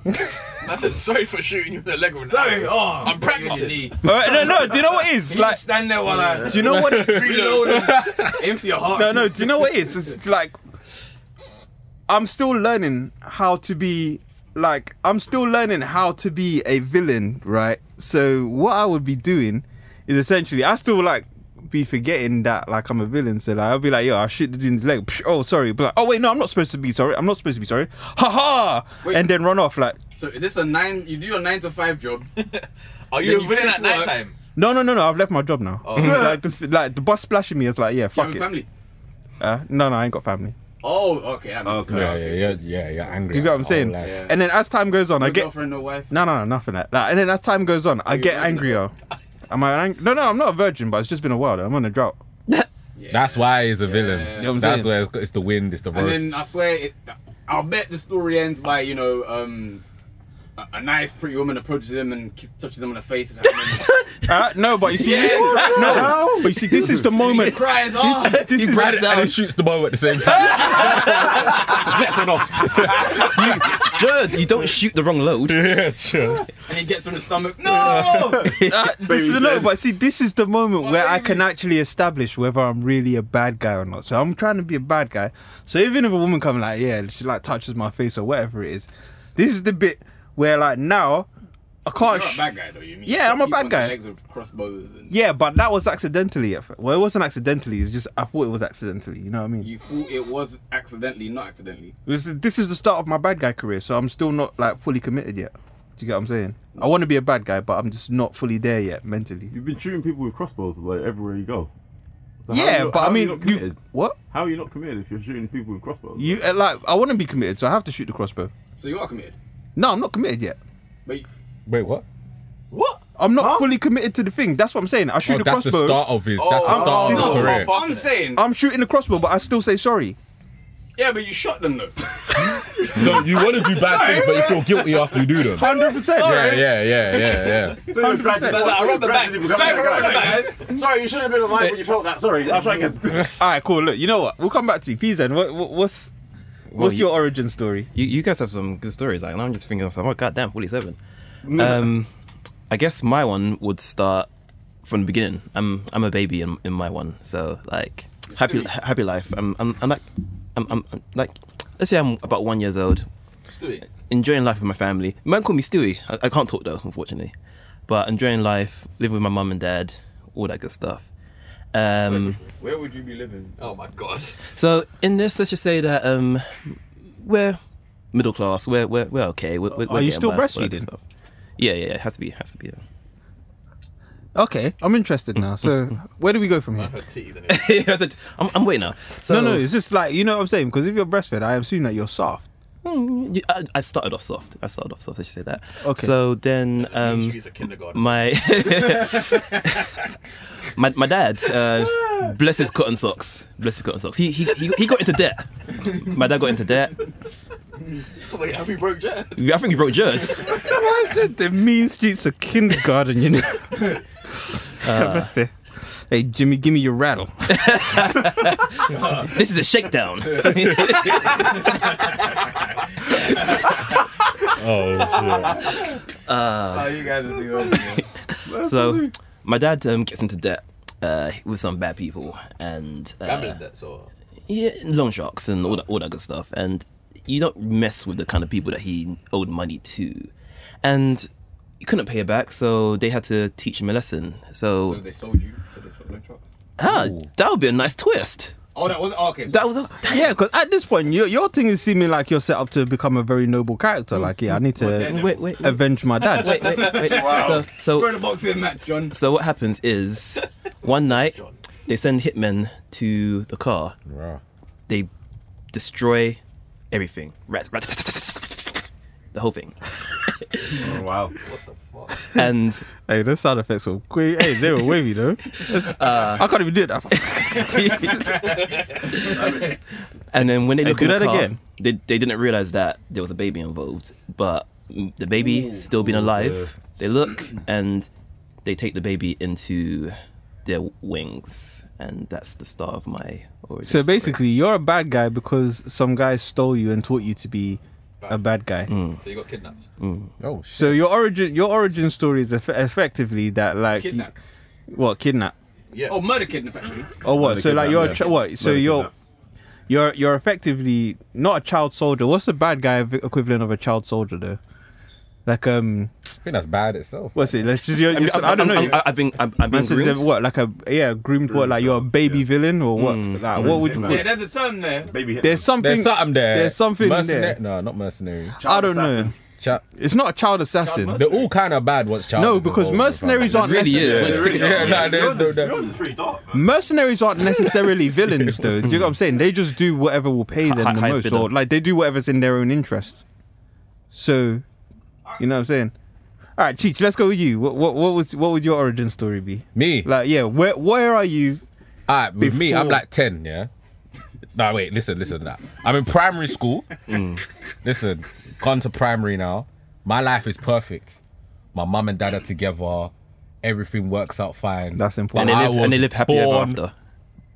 H: I said sorry for shooting you in the leg with an
B: Sorry,
H: arrow.
B: oh,
H: I'm practicing.
B: You
E: All right, Uh, no, no. Do you know what it is? Like,
B: like, stand there while I
E: do you know what? It,
B: reload and aim for your heart.
E: no, no. Do you know what it is? It's like I'm still learning how to be like I'm still learning how to be a villain, right? So what I would be doing is essentially I still like be forgetting that like I'm a villain. So like I'll be like, yo, I shoot the dude's leg. Psh, oh, sorry. But like, oh wait, no, I'm not supposed to be sorry. I'm not supposed to be sorry. Ha ha!
B: Wait.
E: And then run off like.
B: So is this a nine? You do your nine to five job.
H: Are you
B: Then you
H: a villain
B: finish
H: at night
B: work.
H: time?
E: No, no, no, no. I've left my job now.
H: Oh.
E: like, this, like the boss splashing me is like, yeah,
B: You
E: fuck
B: have a
E: it.
B: family.
E: Uh, no, no, I ain't got family.
B: Oh, okay. That makes
C: Okay.
B: sense.
F: Yeah, yeah, yeah, yeah. You're angry.
E: Do you get what I'm
F: Oh,
E: saying?
F: like-
B: Yeah.
E: And then as time goes on, I
B: No
E: get
B: girlfriend, no wife.
E: no, no, no, nothing like that. And then as time goes on, I
B: you're
E: get
B: virgin.
E: angrier. Am I angry? No, no, I'm not a virgin, but it's just been a while. I'm on a drought.
F: That's why he's a villain.
E: know what I'm
F: That's
E: saying?
F: where it's, got- it's the wind, it's the
B: And
F: roast.
B: then uh, I swear, it, I'll bet the story ends by you know um, a, a nice pretty woman approaches him and ki- touches him on the face. And
E: Uh, no, but you see, this, no, but you see, this is the
B: he
E: moment.
B: cries. Oh,
E: This, this is
F: Brad- and he shoots the bow at the same time. Just lets it off.
D: you, Judd, you don't shoot the wrong load.
F: yeah, sure.
B: and he gets on the stomach. No.
E: Uh, this is the no, but see, this is the moment where I can actually establish whether I'm really a bad guy or not. So I'm trying to be a bad guy. So even if a woman comes like, yeah, she like touches my face or whatever it is, this is the bit where like now I
B: You're
E: can't.
B: a
E: Sh-
B: bad guy though. You mean?
E: Yeah, I'm a
B: People
E: bad
B: on their
E: guy.
B: Legs with crossbows. And
E: yeah, but that was accidentally. At fir- Well, it wasn't accidentally. It's just I thought it was accidentally. You know what I mean?
B: You thought it was accidentally, not accidentally.
E: It was- this is the start of my bad guy career, so I'm still not like fully committed yet. Do you get what I'm saying? I want to be a bad guy, but I'm just not fully there yet mentally.
C: You've been shooting people with crossbows like everywhere you go. So how are
E: yeah,
C: you not-
E: but
C: how
E: I
C: are you
E: mean,
C: not
E: you,
C: committed?
E: what?
C: how are you not committed if you're shooting people with crossbows?
E: You uh, like? I want to be committed, so I have to shoot the crossbow.
B: So you are committed.
E: No, I'm not committed yet.
B: But you-
F: Wait, what?
B: what?
E: I'm not fully committed to the thing. That's what I'm saying. I shoot
F: Oh,
E: the
F: that's
E: crossbow.
F: the start of his. that's the
H: Oh,
F: start of his
B: No,
F: career.
H: oh,
B: I'm saying.
E: I'm shooting the crossbow, but I still say sorry.
B: Yeah, but you shot them though.
F: So you want to do bad things, but you feel guilty after you do them.
E: Hundred percent.
F: Yeah, yeah, yeah, yeah, yeah.
C: So you're gradually-
H: Like, I robbed the bank.
C: gradually becoming
H: Sorry, I
C: that
H: robbed the
C: guy.
H: bank.
C: Sorry, you shouldn't have been alive when you felt that. Sorry, I'll try again.
E: All right, cool. Look, you know what? We'll come back to you, Pizen. What, what, what's what's
D: you-
E: your origin story?
D: You, you guys have some good stories. Like, and I'm just thinking, to myself, oh, goddamn, 47. Um, I guess my one would start from the beginning. I'm I'm a baby in, in my one, so like happy happy life. I'm I'm, I'm like I'm, I'm I'm like let's say I'm about one years old,
H: Stewie,
D: enjoying life with my family. You might call me Stewie. I, I can't talk though, unfortunately. But enjoying life, living with my mum and dad, all that good stuff. Um,
B: Where would you be living?
H: Oh my god.
D: so in this, let's just say that um, we're middle class. We're we're, we're okay. We're, we're,
E: Are you
D: getting
E: still
D: by, all that good
E: breastfeeding?
D: Stuff. Yeah, yeah, yeah, it has to be, has to be.
E: Okay, I'm interested now. So where do we go from here?
H: Her teeth in it.
D: Yeah. I said, I'm, I'm waiting now. So
E: No, no, it's just like you know what I'm saying. Because if you're breastfed, I assume that you're soft.
D: Mm, you- I, I started off soft. I started off soft. I should say that.
E: Okay.
D: So then,
H: Um,
D: um,
H: She's a kindergarten.
D: my my my dad, uh, bless his cotton socks, bless his cotton socks. He he he, he got into debt. My dad got into debt.
H: Wait, have we broke Jet?
D: I think he broke Judd.
E: I said the mean streets of kindergarten, you know. That's it. Hey Jimmy, give me your rattle.
D: This is a shakedown.
F: Oh, shit.
B: Oh, you guys are doing
D: so, my dad um, gets into debt uh, with some bad people and uh,
H: Gambling debts or
D: yeah, loan sharks and all that, all that good stuff. And you don't mess with the kind of people that he owed money to, and he couldn't pay it back, so they had to teach him a lesson. So,
B: So they sold you to the chocolate truck.
D: ah, that would be a nice twist.
B: Oh, that was oh, okay.
D: That was
E: yeah, because at this point, your your thing is seeming like you're set up to become a very noble character. Like, yeah, I need to
D: wait, wait, wait,
E: avenge my dad.
D: wait, wait, wait.
B: Wow.
D: So, so
B: Throw the box in, Matt John.
D: So what happens is, one night they send hitmen to the car.
F: Bruh.
D: They destroy everything, rat, rat, the whole thing,
B: wow.
D: and
E: Hey, those sound effects were quick. Hey, they were wavy though. I can't even do that.
D: and then when they look
E: do
D: in the
E: that
D: car,
E: again.
D: they they didn't realize that there was a baby involved, but mm, the baby still being alive. They look and they take the baby into their wings, and that's the start of my origin.
E: So
D: story.
E: basically, you're a bad guy because some guy stole you and taught you to be a bad Mm. guy.
H: so you got kidnapped.
F: Oh, shit.
E: So your origin, your origin story is eff- effectively that like,
B: Kidnap.
E: what kidnap
H: Yeah.
B: Oh, murder kidnap actually.
E: or what?
C: Murder
E: so like
C: kidnap,
E: you're a
C: yeah.
E: ch- what? So
C: Murder
E: you're
C: kidnap.
E: you're you're effectively not a child soldier. What's the bad guy v- equivalent of a child soldier though? Like um,
F: I think that's bad itself.
E: what's it? Let's just you're, you're, I don't know.
D: I'm, I'm, I've been I'm, I'm being
E: This is a-
D: groomed.
E: what like a yeah groomed what like you're a baby villain or what? Like, what would you?
C: Hitman.
B: Yeah, there's a term there.
C: Baby hit.
E: There's something.
F: There's something there.
E: There's something
F: Mercena-
E: there.
F: No, not mercenary.
E: I don't know.
F: Cha-
E: It's not a child assassin.
F: they're all kind of bad. What's child?
E: no, because mercenaries aren't
F: Really
E: necessarily
F: is. Stick it there. Nah, there's
C: Yours
F: no
C: is-
F: doubt.
C: yours is pretty dark, man.
E: mercenaries aren't necessarily villains though. Do you know what I'm saying? They just do whatever will pay them
D: hi-
E: the
D: highest
E: most,
D: bidder.
E: or like they do whatever's in their own interest. So, you know what I'm saying? All right, Cheech, let's go with you. What what, what was what would your origin story be?
F: Me.
E: Like, yeah, where where are you?
F: All right, with me, I'm
E: Before-
F: like 10, yeah? No, wait, listen, listen. Nah. I'm in primary school.
E: Mm.
F: Listen, gone to primary now. My life is perfect. My mum and dad are together. Everything works out fine.
E: That's
D: and
E: important.
D: they
F: I
D: live, and they
F: was
D: live happy ever
F: born-
D: after.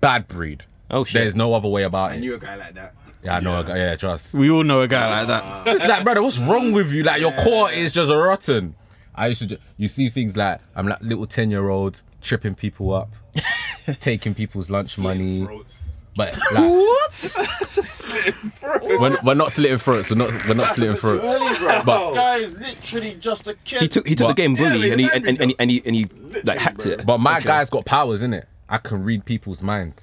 F: Bad breed.
D: Oh shit!
F: There's no other way about
B: I
F: it.
B: knew a guy like that.
F: yeah, I know. Yeah, yeah trust.
E: We all know a guy like that.
F: It's like, brother, what's wrong with you? Like, your core is just rotten. I used to, ju- you see things like, I'm like little 10 year old, tripping people up, taking people's lunch money.
B: Throats.
F: But like, we're, we're not slitting throats. We're not, we're not slitting throats.
K: Really, bro.
F: But-
K: this guy is literally just a kid.
D: He took he took
F: But-
D: the game
B: Yeah,
D: bully
B: but
D: and, he,
B: it's
D: and, and, and, he- and he and he like hacked it.
F: But my guy's got powers, innit? I can read people's minds.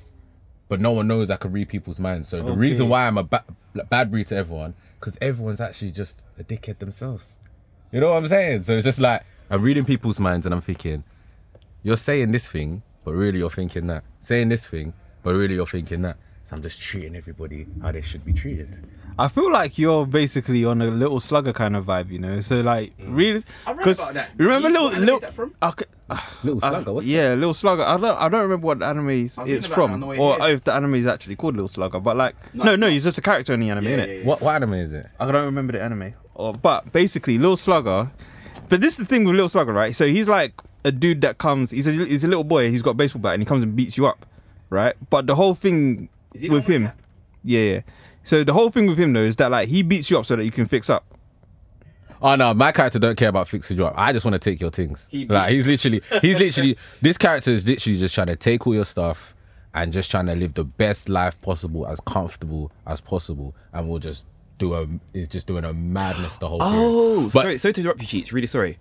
F: But no one knows I can read people's minds. So the reason why I'm a ba- like, bad breed to everyone, because everyone's actually just a dickhead themselves. You know what I'm saying? So it's just like, I'm reading people's minds and I'm thinking, you're saying this thing, but really you're thinking that. Saying this thing, but really you're thinking that. So I'm just treating everybody how they should be treated.
E: I feel like you're basically on a little slugger kind of vibe, you know. So like,
F: Mm.
E: really,
B: I read
E: 'cause
B: about that.
E: Remember,
B: You-
E: little,
B: what anime
E: little.
B: is that from?
E: Okay, Uh,
F: Little slugger, what's
E: yeah, Little Slugger. I don't, I don't remember what anime is-
B: reading
E: it's
B: about it on
E: from,
B: the way
E: or
B: here.
E: if the anime is actually called Little Slugger. But like, no,
B: No,
E: no,
B: it's not.
E: he's just a character in the anime,
B: Yeah,
E: innit?
B: yeah, yeah.
F: What, what anime is it?
E: I don't remember the anime. Or, but basically, Little Slugger. But this is the thing with Little Slugger, right? So he's like a dude that comes. He's a he's a little boy. He's got a baseball bat, and he comes and beats you up, right? But the whole thing
B: Is he the
E: with
B: one
E: him,
B: that-
E: yeah, yeah. So the whole thing with him though is that like he beats you up so that you can fix up.
F: Oh no, my character don't care about fixing you up. I just want to take your things.
B: He-
F: like he's literally, he's literally. This character is literally just trying to take all your stuff and just trying to live the best life possible, as comfortable as possible, and we'll just do a. Is just doing a madness the whole.
D: Oh,
F: period. But-
D: sorry, sorry to interrupt you, Cheats. Really sorry.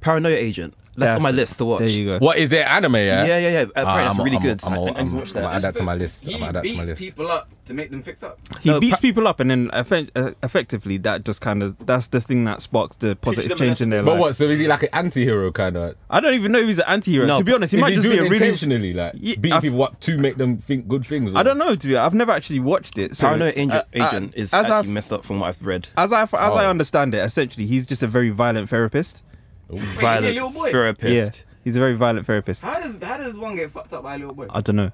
D: Paranoia Agent. That's on my list to watch.
E: There you go.
F: What is it? Anime? Yeah.
D: Yeah, yeah, yeah. Apparently
F: Ah,
D: that's
F: I'm-
D: really
F: I'm-
D: good.
F: I'm-
D: I- I need to
F: I'm-
D: watch that.
F: I'm- Add that to my list.
B: He
F: I'm add that to my
B: beats
F: list.
B: people up to make them fix up.
E: He
D: No,
E: beats
D: pa-
E: people up, and then effe- uh, effectively that just kind of that's the thing that sparks the positive
B: them a
E: change in their
F: But
E: life.
F: what? So is he like an anti-hero kind of?
E: I don't even know if he's an anti-hero.
D: No,
E: to be honest, he
F: is
E: might
F: he
E: just
F: doing
E: be a
F: it
E: really.
F: intentionally like
E: Ye-
F: beating
E: I've-
F: people up to make them think good things?
E: I don't know. To be, I've never actually watched it. So,
D: Paranoia Agent,
E: uh, uh,
D: Agent is
E: as
D: actually
E: I've-
D: messed up from what I've read.
E: As I as I understand it, essentially he's just a very violent therapist.
D: Violet
B: little boy?
D: therapist.
E: Yeah, he's a very violent therapist.
B: How does how does one get fucked up by a little boy?
E: I don't know.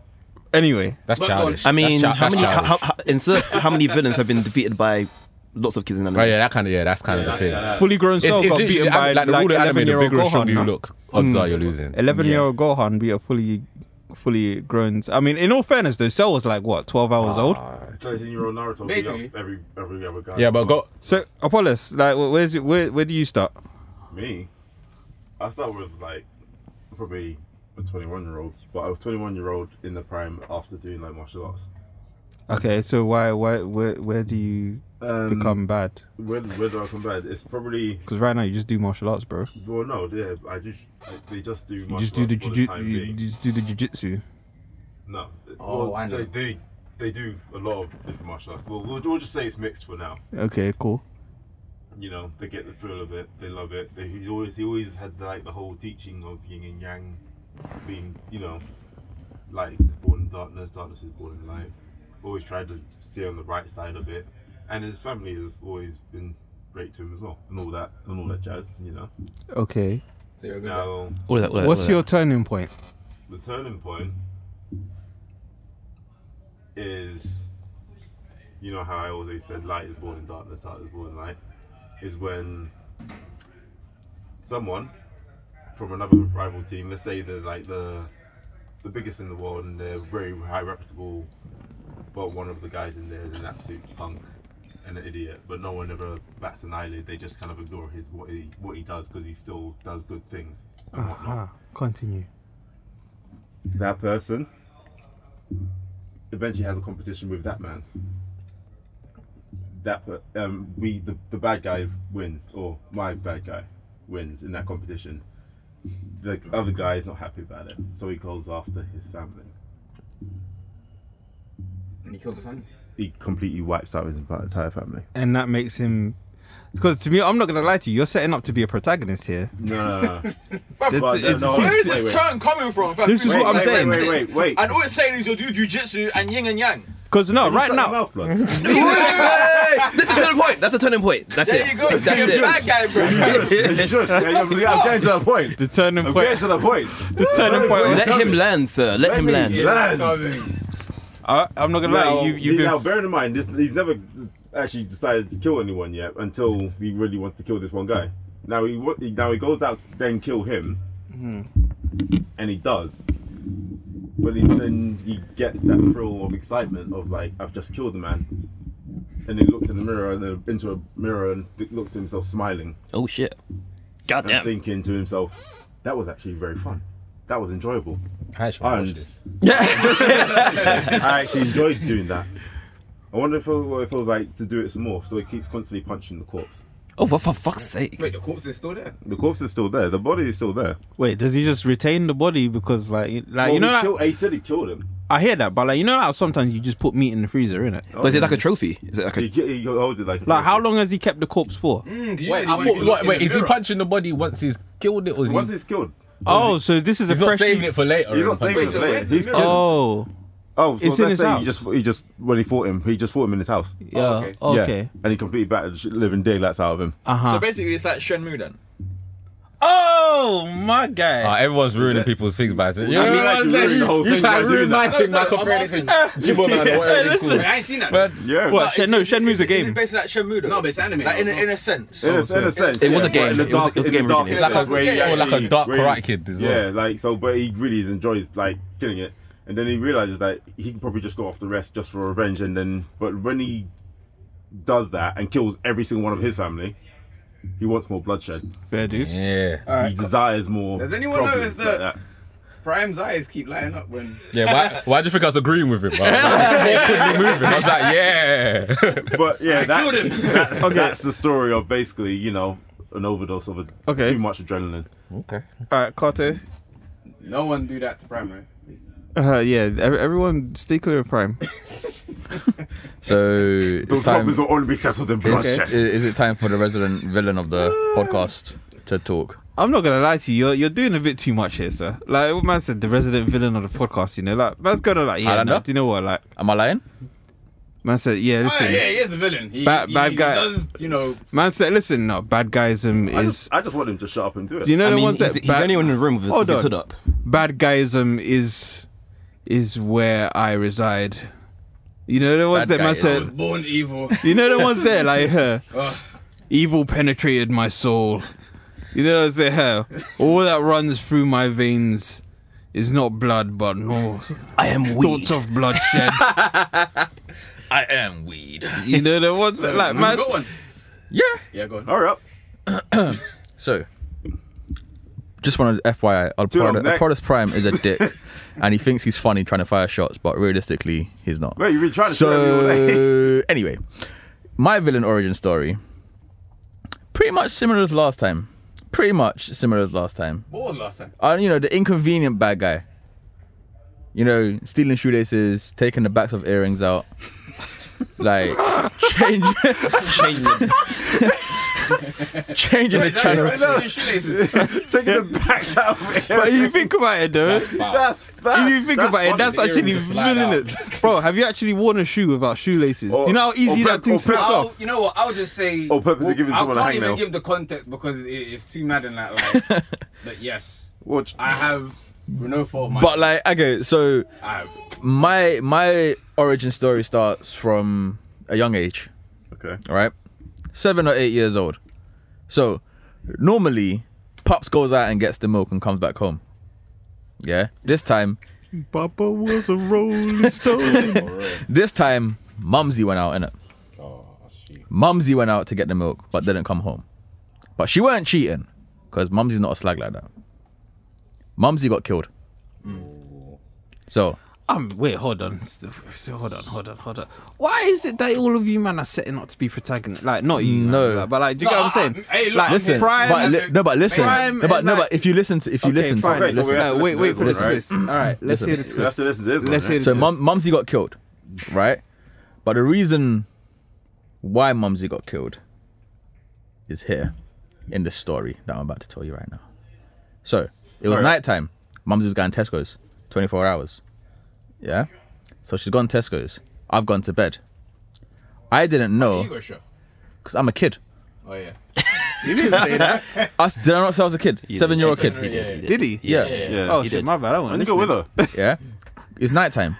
E: Anyway,
F: That's
B: But-
F: childish.
D: I mean,
F: That's chi-
D: how
F: that's
D: many? How,
F: childish.
D: how, how- insert how many villains have been defeated by lots of kids in anime.
F: Oh yeah, that kind of yeah, that's kind
B: Yeah,
F: of the
B: that's-
F: thing.
B: yeah, that-
E: Fully grown
F: It's,
E: Cell
F: it's
E: got
F: literally
E: beaten
F: the
E: by
F: anime- like the
E: like
F: ruler anime.
E: eleven
F: The
E: year old
F: bigger a
E: Gohan.
F: shogun you
E: now.
F: look, odds are you're losing.
E: 11 year old Gohan beat a fully, fully grown. I mean, in all fairness, though, Cell was like, what, 12 hours old?
I: Thirteen year old Naruto beat
B: Basically.
I: up every every other guy.
F: Yeah, but go.
E: So, Apollos, like, wh- where's it, where, where do you start?
I: me, I start with like probably a twenty one year old, but I was twenty one year old in the prime after doing like martial arts.
E: Okay, so why, why, where, where do you
I: Um,
E: become bad?
I: where, where do I come back? It's probably
E: Because right now you just do martial arts, bro.
I: well, no, yeah, I do. I, they just do.
E: You
I: Martial
E: just do the
I: arts for the
E: jujitsu.
I: time
E: You
I: being.
E: just do the jujitsu.
I: No.
B: Oh,
I: well,
B: I know.
I: They, they they do a lot of different martial arts. Well, we'll, we'll just say it's mixed for now.
E: Okay, cool.
I: You know, they get the thrill of it. They love it. They, he's always he always had like the whole teaching of yin and yang, being you know, light is born in darkness, darkness is born in light. Always tried to stay on the right side of it, and his family has always been great to him as well, and all that and all that jazz. You know.
E: Okay.
I: Now
D: All of that, all of that, all
E: What's
D: of
E: your turning point?
I: the turning point is you know how I always said light is born in darkness, darkness is born in light is when someone from another rival team, let's say they're like the the biggest in the world and they're very high reputable, but one of the guys in there is an absolute punk and an idiot, but no one ever bats an eyelid. They just kind of ignore his what he what he does because he still does good things and whatnot
E: Ah, continue.
I: that person eventually has a competition with that man. That per- um, we the, the bad guy wins, or my bad guy wins in that competition. The other guy is not happy about it, so he goes after his family.
B: And he killed the family.
I: He completely wipes out his entire family.
E: And that makes him. Because to me, I'm not going to lie to you, you're setting up to be a protagonist here.
I: No, no, no.
E: Th-
I: But,
E: th-
I: uh, no,
E: it
I: I'm
H: Oh, Where is
E: seems-
I: Wait,
H: this
I: wait.
H: turn coming from?
E: This is
H: Wait,
E: what I'm
H: wait,
E: saying.
H: Wait, wait,
I: wait, wait.
H: And all it's saying is you'll do jujitsu and yin and yang.
E: Because, no, right
I: Shut your
E: now.
I: mouth, blood.
D: that. That's a turning point. That's a turning point. That's
H: There
D: it.
H: you go. You're a
D: That's it.
H: bad guy, bro.
I: It's just- I'm getting to the point.
E: The turning
I: I'm
E: point.
I: getting to the point.
E: The turning point.
D: Let him land, sir. Let him land.
I: Land.
E: I, I'm not gonna
I: Now,
E: lie. You, you've
I: now
E: been,
I: bearing in mind, this, he's never actually decided to kill anyone yet until he really wants to kill this one guy. Now he wa- now he goes out to then kill him, and he does. But he's then he gets that thrill of excitement of like I've just killed the man, and he looks in the mirror and then into a mirror and th- looks at himself smiling
D: Oh shit.
I: and
D: Goddamn.
I: thinking to himself, that was actually very fun. That was enjoyable.
F: I actually
I: I,
F: watched
I: enjoyed-
F: this.
I: I actually enjoyed doing that. I wonder if it, what it feels like to do it some more. So it keeps constantly punching the corpse.
D: Oh, for, for fuck's sake.
B: Wait, the corpse is still there.
I: The corpse is still there. The body is still there.
E: wait, does he just retain the body because, like, like
I: Well,
E: Uh, you know,
I: he,
E: that,
I: killed, he said he killed him.
E: I hear that, but like, you know, how sometimes you just put meat in the freezer, innit?
D: Or is it like a trophy? Is it like
I: He,
D: a?
I: ki- he holds it like. a
E: Like, how
I: trophy.
E: long has he kept the corpse for?
B: Hmm,
F: Wait, I thought, what, wait, is he punching the body once he's killed it, or is
I: Once
F: he,
I: he's killed,
E: Oh, so this is
F: he's
E: a
F: not
E: fresh.
F: saving it for later?
I: he's
F: and
I: not saving
F: punching
I: it
F: it?
I: for
B: wait,
I: later.
B: the
I: He's
B: mirror-
E: Oh,
I: killed. Oh,
E: It's
I: so let's
E: in his
I: say
E: house.
I: he just he just when he fought him, he just fought him in his house.
E: yeah. Oh, okay.
I: Yeah, and he completely battered the shit- living daylights out of him.
E: Uh huh.
H: So basically, it's like Shenmue then.
E: oh my god.
F: Ah, everyone's ruining people's things by saying, you know
I: mean,
F: what I'm
I: actually ruining the whole
F: saying?
I: thing
F: You try
I: by
F: to
I: doing
F: ruin my
I: that.
F: thing by
H: No, no,
F: comparing it
H: I'm
F: to Jibboman or whatever it's called.
B: I ain't seen that.
F: But
I: Yeah,
E: What? Shen- no, Shenmue's a
H: Is it
E: game.
H: basically like Shenmue though?
B: No, but it's anime.
H: Like in a,
B: It's
H: in a sense.
I: In a, in a sense,
D: It was
I: yeah,
D: a game.
I: but in the
D: It was a-
I: dark-
D: it was a
I: in the
D: game
I: dark
D: originally.
F: It's like a-
I: sense, where he
F: yeah, or like a
I: actually-
F: dark
I: where he-
F: Karate Kid as well.
I: Yeah, like so, but he really enjoys like killing it, and then he realizes that he can probably just go off the rest just for revenge, and then but when he does that and kills every single one of his family, he wants more bloodshed.
E: Fair dude.
F: yeah,
I: he desires more.
B: Does anyone
I: problems
B: notice
I: like
B: that-
I: that?
B: Prime's eyes keep lighting up when.
F: yeah. Why, why do you think I was agreeing with him? bro? I was quickly moving. I was like, yeah.
I: But yeah, that,
B: killed him.
I: that's, that's the story of basically you know an overdose of a,
E: Okay.
I: too much adrenaline.
F: okay.
E: All right, Carter.
B: No one do that to Prime, right?
E: Uh, yeah, ev- everyone stay clear of Prime.
J: So it's
I: Those
J: time,
I: problems will only be settled in bloodshed.
J: i- is it time for the resident villain of the podcast to talk?
E: I'm not gonna lie to you, you're, you're doing a bit too much here, sir. Like what man said, the resident villain of the podcast, you know, like man's gonna like, yeah,
J: Islander?
E: no, do you know what? Like
J: Am I lying?
E: man said, yeah,
B: Oh,
E: listen,
B: yeah, he is a villain. He,
E: Bad-
B: he,
E: bad
B: he
E: guy.
B: does, you know,
E: man said, listen, no, bad guyism
I: I,
E: is.
I: just, I just want him to shut up and do it.
E: do you know
D: I
E: the
D: mean,
E: ones
D: he's,
E: that
D: he's
E: bad,
D: the only one in the room with,
E: Hold
D: with his
E: on.
D: hood up.
E: bad guyism is is where I reside. You know the ones that
B: Bad
E: man
B: guy.
E: said
B: I was born evil.
E: You know the ones there like uh,
B: Ugh.
J: Oh.
E: evil penetrated my soul. You know the ones there uh, all that runs through my veins is not blood but no
D: I am
E: thoughts of bloodshed.
H: I am weed.
E: you know the ones that like man
B: Go on.
J: Yeah.
B: Yeah, go on.
I: All right.
J: So, just wanted FYI,
I: Dude,
J: Alpardus
I: next.
J: Alpardus Prime is a dick, and he thinks he's funny trying to fire shots, but realistically, he's not.
I: Mate, you've been trying to so... tell me all day.
J: so anyway, my villain origin story, pretty much similar as last time. Pretty much similar as last time.
B: What was last time?
J: Uh, you know, the inconvenient bad guy. You know, stealing shoelaces, taking the backs of earrings out, like change, changing, changing the channel.
I: Taking the backs out of it.
E: But if you think about it though
I: That's that's.
E: if you think
I: that's
E: about it,
I: funny.
E: that's actually villain it. Bro, have you actually worn a shoe without shoelaces?
I: Or-
E: Do you know how easy
I: or
E: that
I: pe-
E: thing
I: or
E: slips
I: pe-
E: off?
B: I'll, you know what? I'll just say.
I: Oh, purposely giving someone a
B: I can't even
I: hangnail.
B: give the context because it, it's too mad in that. Like, but yes,
I: Watch.
B: I have Renault for my.
J: But like, okay, so
B: I have.
J: my my origin story starts from a young age.
I: Okay.
J: All right, seven or eight years old. So normally, pops goes out and gets the milk and comes back home. Yeah. This time,
E: Papa was a rolling stone.
J: this time, Mumsy went out in it. Mumsy went out to get the milk, but didn't come home. But she weren't cheating, because Mumsy's not a slag like that. Mumsy got killed.
E: Mm.
J: So
E: um, wait, hold on. So- so Hold on, hold on, hold on. Why is it that all of you man are setting up to be protagonists? Like, not you,
J: No.
E: man, like, but like, do you
B: No,
E: get what
B: I-
E: I'm saying?
B: I- hey, look,
E: like,
B: I'm
J: Listen,
B: here.
E: Prime-
J: but li- no, but listen,
E: Prime
J: no, but
E: and
J: no,
E: like-
J: but if you listen, to, if you
E: okay,
J: listen,
E: fine.
J: to,
I: Okay, so
J: listen.
I: we have
E: No,
I: to
E: wait, wait
I: listen
E: for
I: to
E: the
I: this one,
E: twist. All right, let's
J: Listen.
E: hear the
I: You have
E: twist.
I: to listen to this one.
E: Let's hear
I: right?
E: the
J: So
E: twist.
J: Mum, Mumsy got killed, right? But the reason why Mumsy got killed is here in the story that I'm about to tell you right now. So it was
I: Alright.
J: nighttime. Mumsy was going to Tesco's, 24 hours. Yeah. So she's gone to Tesco's. I've gone to bed. I didn't
H: You
J: know
H: got shot.
J: because I'm a kid.
H: Oh yeah.
J: I, s- did I not say I was a kid? Seven year old kid.
H: He did, he
E: Did he?
J: Yeah.
H: Yeah.
I: Yeah.
E: Oh
I: Oh,
E: shit,
D: did.
E: my bad. I
I: and
E: want
I: you go with her.
J: Yeah. It's nighttime.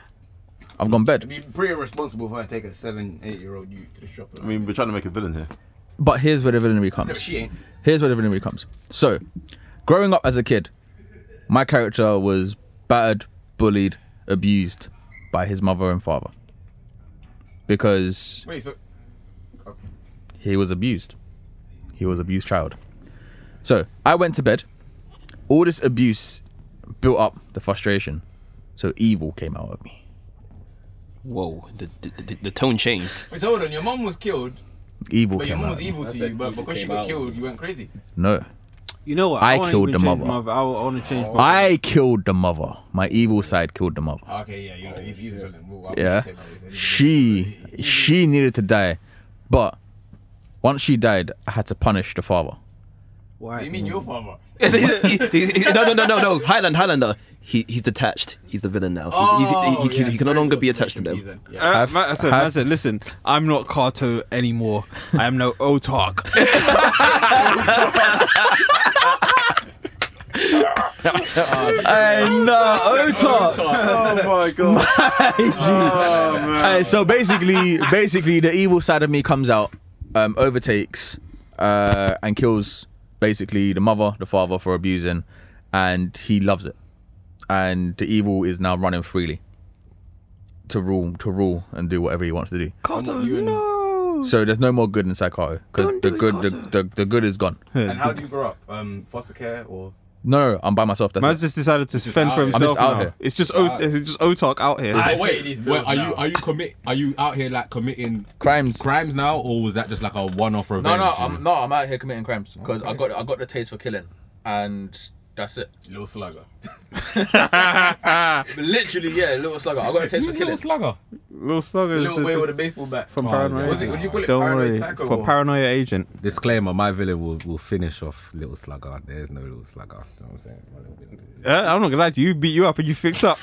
J: I've gone bed.
B: It'd be pretty irresponsible if I take a seven, eight-year-old you to the shop.
I: I mean, we're trying to make a villain here.
J: But here's where the villainy
B: No,
J: comes.
B: she ain't.
J: Here's where the villainy comes. So, growing up as a kid, my character was battered, bullied, abused by his mother and father because
B: Wait, so
J: he was abused. He was abused child. So I went to bed. All this abuse built up the frustration. So evil came out of me.
D: Whoa, the, the, the, the tone changed.
B: wait, so hold on. Your mom was killed,
J: Evil
B: but your
J: came
B: mom was
J: out. Of me.
B: evil to
H: said
B: you. But
H: evil
B: because she
H: came
B: got
H: out.
B: killed, you went crazy.
J: No,
E: You know what?
J: I
E: wanna
J: killed
E: even
J: the
E: change
J: mother.
E: I want to change. my-
J: I killed the mother. My evil side killed the mother.
B: Ah, Okay, yeah, you
H: Oh,
B: know, he's, he's a villain. Well, I wouldn't
J: yeah
B: say no, he's a villain.
J: she she needed to die but once she died i had to punish the father
E: Why?
B: You mean your father?
D: no, no, no, no, no. Highland, Highlander. He, he's detached. He's the villain now. He's, he's, he, he,
B: Oh, yeah,
D: he can no
B: very
D: longer
B: good
D: be attached to them.
B: reason. Yeah.
E: Uh,
J: Have-
E: man, so, man
J: have-
E: said, listen, I'm not Kato anymore. I am no Otark.
J: i know Ota.
I: Oh my god. oh man.
J: Aye, so basically basically the evil side of me comes out um overtakes uh and kills basically the mother the father for abusing and he loves it and the evil is now running freely to rule to rule and do whatever he wants to do
E: Kato, no.
J: So there's no more good in Psycho because
E: Don't
J: the
E: do it,
J: good, the,
E: Carter.
J: the, the good is gone.
B: And how do you grow up? Um, foster care or?
J: No, no, I'm by myself. That's
E: Man's
J: it.
E: just decided to fend
H: out
E: for
H: here. I'm
J: just
E: himself.
J: out
E: now.
J: here.
E: It's just o-
H: Out here.
E: it's just Otark out here.
B: I
F: Wait,
B: pay these
F: wait,
B: bills
F: are you
B: now.
F: are you commit? Are you out here like committing
J: crimes.
F: crimes now, or was that just like a one-off revenge? Mm.
J: no, no,
E: Mm.
J: I'm no, I'm out here committing crimes because I got I got the taste for killing, and that's it.
B: Little slugger.
J: But literally, yeah, little slugger. I got a taste for
F: Who's
J: killing.
F: little slugger?
E: Little Slugger is
B: Little
E: the-
B: way with a baseball bat.
E: from
F: Oh,
E: Paranoia.
F: was it-
B: what do you call it?
E: Don't
B: Paranoid
E: worry.
B: Psycho
E: For
B: or-
E: Paranoia Agent.
F: Disclaimer: My villain will, will finish off little slugger. There's no little slugger. You know what I'm saying? My little villain.
E: Uh, I'm not gonna lie to you. Beat you up and you fix up.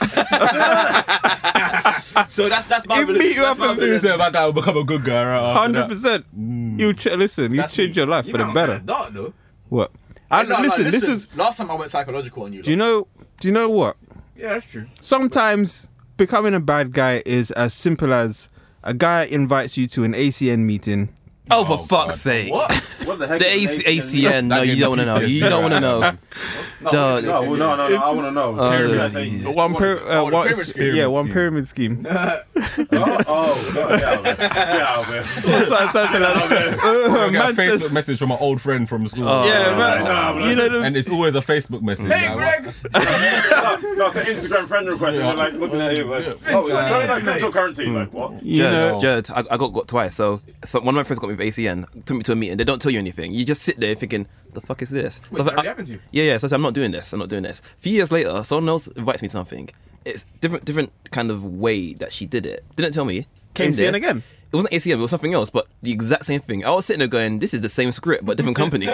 J: So that's that's my
E: It
J: villain.
E: beat you
J: that's
E: up
J: my
E: and
J: villain.
F: Who said about that? I'll become a good guy. Right after
E: Hundred
F: that?
E: percent. You ch- listen. You
J: That's
E: change
J: me.
E: your life
B: You
E: for
B: know,
E: the
B: I'm
E: better.
B: kinda Dark though.
E: What? I,
J: No, no,
E: listen, This is.
J: last time I went psychological on you.
E: Do you know? Do you know what?
B: Yeah, that's true.
E: Sometimes becoming a bad guy is as simple as a guy invites you to an ACN meeting.
D: Oh, for fuck's sake!
I: What? What the heck?
D: The
I: is
D: AC- ACN. No, you don't want to know. You don't want to know. Duh.
I: No, well, no, no, no. I want to know.
E: Pyramid.
I: Pyramid.
E: One per, uh,
H: Oh, the
E: one-
H: pyramid scheme.
E: yeah, one pyramid scheme.
I: Oh, oh, no, get out of here. Get out of here.
E: So- so- so like, uh,
F: I got a
E: man
F: Facebook
E: says-
F: message from my old friend from school.
D: Oh.
E: yeah, man,
I: Nah, man.
E: you know them.
F: And it's always a Facebook message.
H: Hey,
F: like,
H: Greg.
I: no, no, it's an Instagram friend request. And they're like looking at you like, oh, it's like, like cryptocurrency. Like, what?
E: you know,
D: Jared, Jared, I, I got got twice. So, so one of my friends got me with ACN, took me to a meeting. They don't tell you anything. You just sit there thinking, "The fuck is this?" so
H: that
D: I-
H: already happened to you?
D: Yeah, yeah. So I said, "I'm not doing this. I'm not doing this." A few years later, someone else invites me to something. It's different, different kind of way that she did it. Didn't tell me. Came
E: ACN
D: there
E: again?
D: It wasn't ACM. It was something else, but the exact same thing. I was sitting there going, "This is the same script, but different company."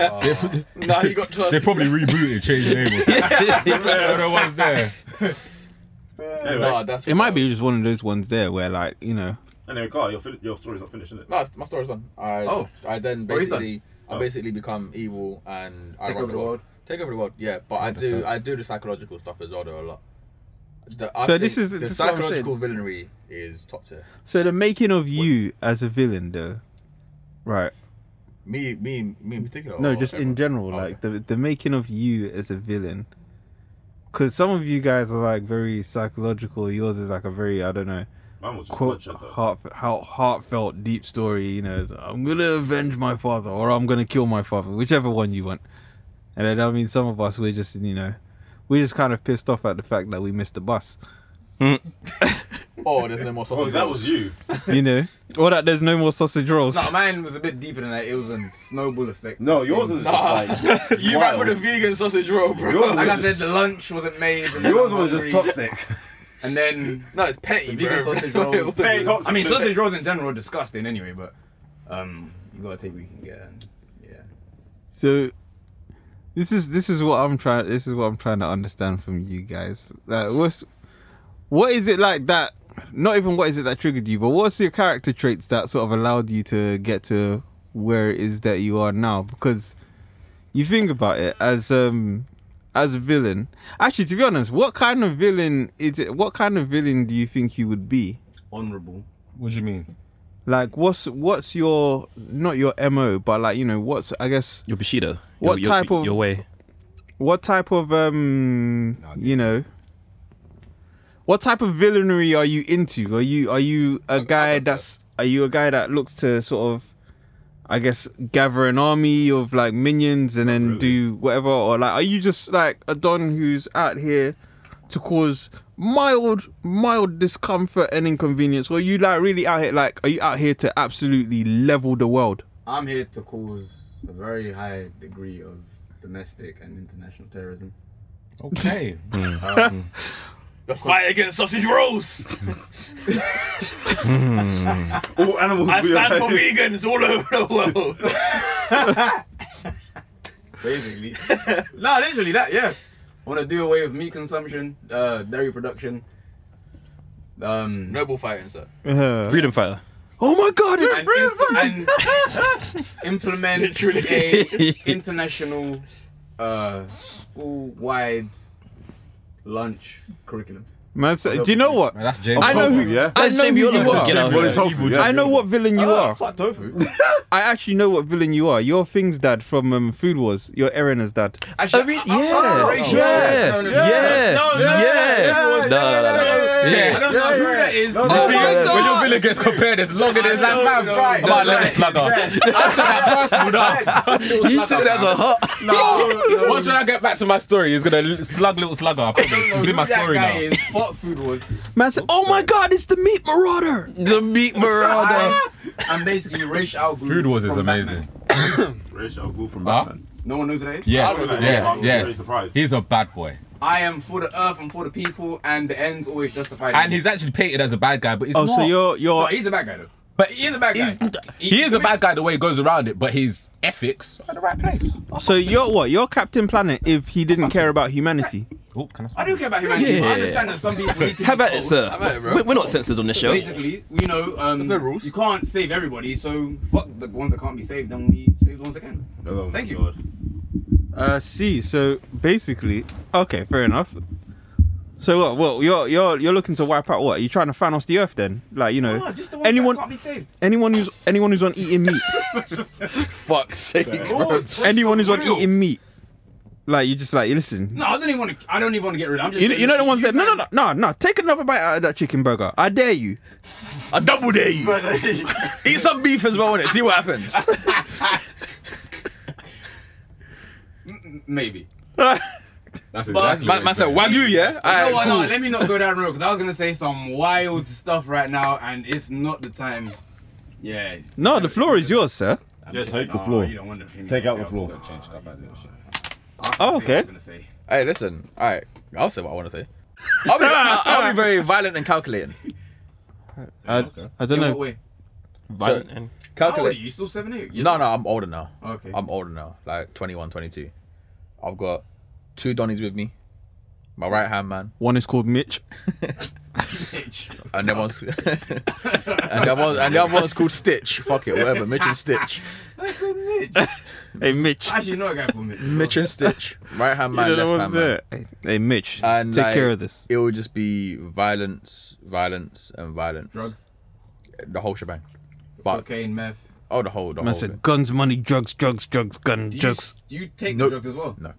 H: Nah, you got
F: They
H: to.
F: probably rebooted, changed the name. or something. I don't know what's there.
I: Anyway,
H: Nah, that's.
E: it might be just one of those ones there where, like, you know,
I: anyway, Carl, your, fin- your story's not finished, is it?
H: No, it's- my story's done. I,
I: Oh.
H: I then
B: Oh, he's done.
H: basically, I
I: Oh.
H: basically become evil and I
B: Take
H: run
B: over the world.
H: Take over the world, yeah. But I do, I do the psychological stuff as well, though, a lot. The, I
E: So
H: think
E: this is-
H: the
E: this is what I'm saying.
H: psychological villainy is top tier.
E: so the making of you as a villain, though, right?
H: Me, me, me in particular.
E: No,
H: or
E: just in
H: everyone?
E: general,
H: Oh,
E: like the the making of you as a villain. Because some of you guys are like very psychological. Yours is like a very I don't know,
I: Mine was just
E: quote
I: bloodshed, though.
E: heart, heart heartfelt deep story. You know, it's, I'm gonna avenge my father, or I'm gonna kill my father, whichever one you want. And then I mean, some of us we're just you know, we're just kind of pissed off at the fact that we missed the bus.
H: Oh, there's no more sausage.
I: Oh, that was you.
E: You know, or that there's no more sausage rolls.
B: No, mine was a bit deeper than that. It was a snowball effect.
I: No, yours was just like.
H: you ran with a vegan sausage roll, bro.
I: Yours
B: Like
I: was,
B: I said, the lunch wasn't made. And then
I: yours
B: I
I: was just
B: hungry,
I: toxic.
B: And then
H: No, it's petty,
B: the vegan
H: bro.
B: sausage rolls.
I: Very toxic.
B: I mean, sausage rolls in general are disgusting anyway, but um, you gotta take what you can get. And, yeah.
E: So this is this is what I'm trying this is what I'm trying to understand from you guys. Like what's what is it like that not even what is it that triggered you, but what's your character traits that sort of allowed you to get to where it is that you are now? Because you think about it as um as a villain. Actually to be honest, what kind of villain is it what kind of villain do you think you would be?
B: Honorable.
F: What do you mean?
E: Like what's what's your not your MO, but like, you know, what's I guess
D: Your Bushido.
E: What
D: your,
E: type
D: your,
E: of-
D: your way?
E: what type of um you know what type of villainy are you into are you are you a guy that's are you a guy that looks to sort of i guess gather an army of like minions and then do whatever or like are you just like a don who's out here to cause mild mild discomfort and inconvenience or are you like really out here like are you out here to absolutely level the world
B: I'm here to cause a very high degree of domestic and international terrorism.
F: Okay.
H: The fight against sausage rolls.
I: All animals
H: I
I: be
H: stand for
I: like-
H: vegans all over the world.
B: Basically. no, literally that. Yeah. I want to do away with meat consumption, uh, dairy production. Um.
H: Noble fighting, sir.
E: Uh,
D: Freedom fighter.
E: oh my god it's
B: and, inst- and implement a international uh, school-wide lunch curriculum.
E: man so- do you know what
F: Man, that's James.
E: I know who,
I: yeah?
E: I know who you are.
D: Get out
I: Well,
D: of
I: it's
D: here.
I: tough, yeah.
E: I know what villain you
B: Ah,
E: are.
B: fuck tofu.
E: I actually know what villain you are. You're Things Dad from um, Food Wars. You're Erena's dad.
B: Actually,
D: Yeah.
B: I- I'm-
E: Oh,
B: I'm racial.
D: Yeah. Yeah.
B: No, no, no.
D: Yeah. No, no, no, no.
B: I don't know who that is.
E: Oh my
F: When your
E: God.
F: villain gets compared, it's longer than it's like,
B: No,
F: man,
B: no,
F: I'm about
B: no,
F: level slugger. I took that personal, dog.
D: You took that as a hot.
F: Once when I get back to my story, it's gonna l- slug little slugger. I promise. It's in my story
B: that guy
F: now.
B: is. Fuck food was.
E: Man said, "Oh my God, it's the Meat Marauder."
D: The meat marauder.
B: I'm basically Raish Al Ghul
F: Food Wars is
B: from Batman.
F: amazing.
I: Rachel Gould from
F: Huh?
I: Batman.
B: No one knows who that is?
F: Yes,
I: I was like, yeah, I
F: yes,
I: was very
F: yes.
I: surprised.
F: He's a bad boy.
B: I am for the earth, I'm for the people, and the ends always justified.
F: And
B: me.
F: he's actually painted as a bad guy, but he's
E: Oh,
F: not.
E: so you're
B: No,
E: you're
B: he's a bad guy, though.
F: But
B: He is a bad guy.
F: he is a bad guy the way he goes around it, but his ethics are at the right place.
E: so you're what? You're Captain Planet if he didn't care about humanity.
F: Oh, can I? Stop?
B: I do care about humanity. but
D: Yeah.
B: I understand that some people need to
D: How
B: be
D: about it,
B: told.
D: sir?
H: How about it, bro?
D: We- We're not censored on this show.
B: Basically, you know, um,
H: no rules.
B: you can't save everybody, so fuck the ones that can't be saved, then we save the ones that can.
I: Oh, my
B: Thank you.
I: God.
E: Uh, see, so basically, okay, fair enough. So what? Well, you're you're you're looking to wipe out what? Are you trying to Thanos the Earth then? Like you know,
B: No, Ah, Oh, just the ones that
E: anyone
B: can't be saved.
E: anyone who's anyone who's on eating meat,
D: Fuck's sake.
B: Oh,
E: anyone who's on
B: real.
E: eating meat, like you just like listen.
B: No, I don't even want to. I don't even want to get rid of. it. I'm just.
E: You, you know the ones that no no
B: man-
E: no no no take another bite out of that chicken burger. I dare you.
J: I double dare you.
K: But-
J: Eat some beef as well in it. See what happens.
B: Maybe.
I: That's
B: But-
I: exactly
J: Man, man said wagyu, yeah.
B: You know
J: Alright,
B: what? No,
J: cool.
B: let me not go down the road because I was gonna say some wild stuff right now, and it's not the time. Yeah.
E: No, the floor is yours, sir.
I: Yeah, take the
B: Nah,
I: floor.
B: you don't want to pin
I: Take out the floor.
B: yourself.
E: Oh,
B: I can't say what I was
E: okay.
B: gonna say.
J: Hey, listen. All right, I'll say what I want to say. I'll be, I'll, I'll be very violent and calculating.
E: I, I don't
B: Yeah,
E: know.
B: Wait,
D: Violent and
B: wait. How old are
J: Calculate.
B: you? Still seven eight?
J: No, no, I'm older now.
B: Oh, Okay.
J: I'm older now, like 21, 22. I've got two Donnies with me, my right hand man,
E: One is called Mitch.
J: and that one's and that one and the other one's called Stitch. Fuck it, whatever. Mitch and Stitch.
B: That's a Mitch.
E: Hey Mitch.
B: Actually, no, a guy called Mitch.
J: Mitch and Stitch. Right hand
E: You
J: man,
E: know the
J: left
E: ones
J: hand man.
E: that- Hey, hey, Mitch,
J: And
E: take
J: like,
E: care of this.
J: It would just be violence, violence, and violence.
B: Drugs,
J: The whole shebang. But
B: cocaine, meth.
J: oh, the whole, the
E: Man
J: whole.
E: said
J: bit.
E: guns, money, drugs, drugs, drugs, gun,
B: Do you,
E: drugs.
B: do you take
J: Nope.
B: drugs as well?
J: No.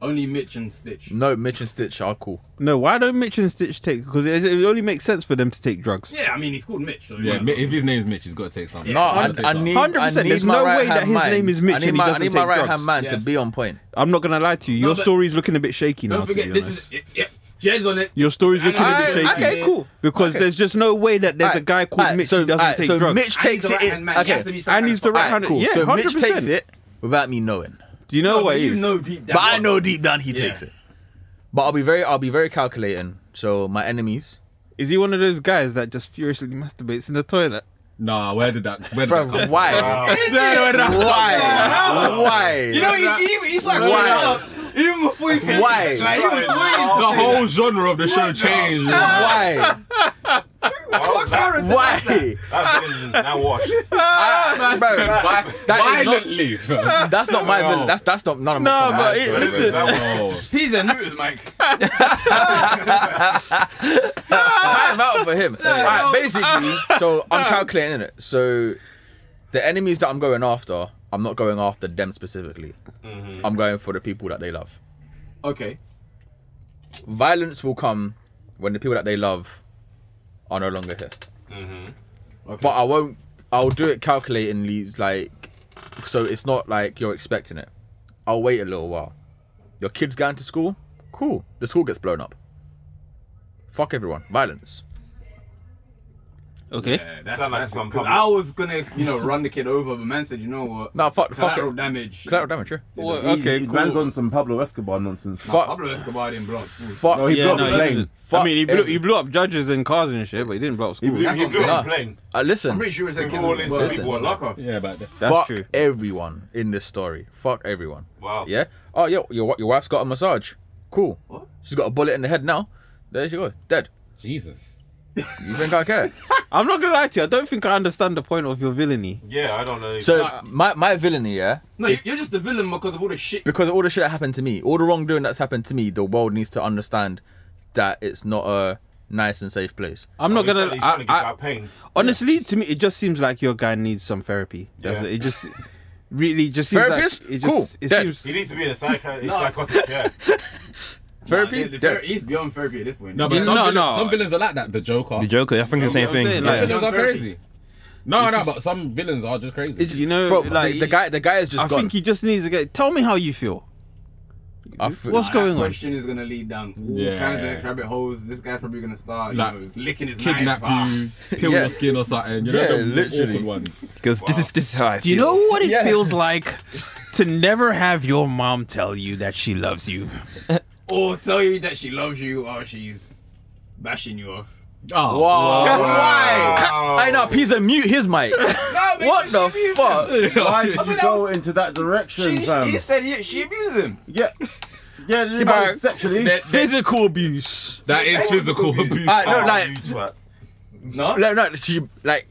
B: Only Mitch and Stitch.
J: No, Mitch and Stitch are cool.
E: No, why don't Mitch and Stitch take? Because it, it only makes sense for them to take drugs.
B: Yeah, I mean he's called Mitch. So
F: Yeah,
B: yeah,
F: Mi- if his name's Mitch, he's got to take something.
J: No, I,
F: He's gotta
J: I
F: take
J: need.
E: 100%,
F: something.
J: I need
E: there's
J: my
E: no way
J: right-hand
E: that his
J: man.
E: name is Mitch
J: I need
E: and he
J: my,
E: doesn't
J: I need my
E: take
J: right hand
E: drugs.
J: man to
B: Yes.
J: be on point.
E: I'm not gonna lie to you. Your
B: but-
E: story's looking a bit shaky now.
B: Don't
E: to be
B: forget, this
E: honest.
B: is it, yeah, Jed's on it.
E: Your story's looking a
J: Alright,
E: bit shaky.
J: okay, cool.
E: Because there's just no way that there's a
J: Alright,
E: guy called
J: alright,
E: Mitch
J: so-
E: who doesn't
J: alright,
E: take
J: so
E: drugs.
J: Mitch takes it in. Okay,
E: And he's the right
J: Alright,
E: hand.
J: cool.
E: Yeah,
J: so
E: 100%.
J: Mitch takes it without me knowing,
E: Do you know what it
B: You
E: is?
B: know deep down.
J: but I know deep down he
B: Yeah.
J: takes it. But I'll be very, I'll be very calculating. So my enemies,
E: Is he one of those guys that just furiously masturbates in the toilet?
F: Nah, where did that? Where did
J: bro,
F: that come from?
J: why, why, why?
B: You know, he, he, he's like,
J: Why?
B: why? Even before he finished,
J: Why?
B: Like, he was waiting
F: The
B: to say
F: whole genre of the show changed.
J: why,
B: that. What character does that?
J: why,
I: That villain is now washed.
J: bro? That is not,
F: Violently, fam.
J: that's not my, villain. that's that's not none of my.
E: No, but
J: that's
E: it-
J: not-
E: listen.
F: Oh,
B: He's a new Mike.
J: time out for him. Alright,
E: Ah!
J: basically, so I'm calculating it. So the enemies that I'm going after, I'm not going after them specifically. I'm going for the people that they love.
B: Mm-hmm. Okay.
J: Violence will come when the people that they love are no longer here.
B: Mm-hmm. Okay.
J: But I won't. I'll do it calculatingly, like so it's not like you're expecting it. I'll wait a little while. Your kid's going to school. Cool. The school gets blown up. Fuck everyone. Violence.
D: Okay.
B: Yeah, that's,
I: Sound like
B: that's
I: some
B: because
I: public-
B: I was gonna, you know, run the kid over, but man said, you know what?
J: No, fuck. Fuck
B: collateral
J: it.
B: damage.
J: Collateral damage. Yeah.
C: okay, cool. Man's on some Pablo Escobar nonsense.
J: Fuck.
B: Pablo Escobar didn't block.
J: Fuck.
I: Oh,
C: No, he
E: Yeah,
C: blew up
E: no,
C: the
E: he
C: plane.
E: didn't. I
J: Fuck
E: mean, he blew,
J: every-
E: he blew up judges and cars and shit, but he didn't blow up
I: He
E: schools.
I: blew, he blew
J: Nah.
I: up the plane.
J: Uh,
B: I'm
J: listen,
B: pretty sure it's a
I: We've
B: kid
I: all
B: who
I: inside
B: was-
I: people
B: who
I: are
B: were
I: locked up.
B: locked up.
F: yeah, about that.
E: That's
J: fuck
E: true.
J: everyone in this story. Fuck everyone.
I: Wow.
J: Yeah. Oh, yo, your wi- your wife's got a massage. Cool.
B: What?
J: She's got a bullet in the head now. There she goes, dead.
F: Jesus.
J: You think I care?
E: I'm not gonna lie to you. I don't think I understand the point of your villainy.
I: Yeah, I don't know.
J: So my my villainy, yeah,
B: No, you- you're just a villain because of all the shit.
J: because of all the shit that happened to me, all the wrongdoing that's happened to me, the world needs to understand that it's not a nice and safe place.
E: I'm
I: Oh,
E: not
I: he's
E: gonna.
I: trying- he's
E: I-
I: trying to
E: I-
I: get that pain.
E: honestly, to me, it just seems like your guy needs some therapy. That's
I: Yeah.
E: it. It just really just seems
J: Therapist?
E: like it just
J: Cool.
E: it
J: Dead.
E: seems
I: He needs to be in a psychi- psychotic care.
J: Therapy?
B: Nah, the- the
J: Dead.
B: ther- He's beyond therapy at this point.
F: No, but
E: Yeah.
F: some,
E: No,
F: villains,
E: no.
F: some villains are like that. The Joker.
D: The Joker, I think it's the same
E: I'm
D: thing.
E: saying,
F: Some
E: like-
F: villains are
B: Yeah.
F: crazy. No, no,
E: just-
F: but some villains are just crazy.
E: you know,
J: Bro,
E: like
J: the, the guy, the guy is just
E: I
J: gone.
E: think he just needs to get. Tell me how you feel.
J: I feel-
E: What's
B: That
E: going on?
B: question is gonna lead down all
F: Yeah.
B: kinds of next rabbit holes. This guy's probably gonna start, you
F: Like,
B: know, licking his
F: Kidnap
B: knife. Ah.
F: you, peel
J: Yeah.
F: your skin or something. You know,
J: Yeah,
F: them
J: literally.
F: awkward ones.
D: Because this is this is how I feel.
E: Do you know what it
J: Yeah.
E: feels like to never have your mom tell you that she loves you?
B: or tell you that she loves you or she's bashing you off.
F: Oh,
J: Wow.
I: Wow.
J: Why? I know, he's a mute his mic. what the fuck?
C: Why did you go into that direction,
B: She,
C: fam?
B: he said he, she abused him.
C: Yeah. Yeah, this
J: Alright.
C: is sexually.
F: That- that-
J: Physical abuse.
F: that is physical abuse.
J: Alright,
H: Oh.
J: no, like,
I: Oh, You twat.
B: No?
J: no, no, she, like,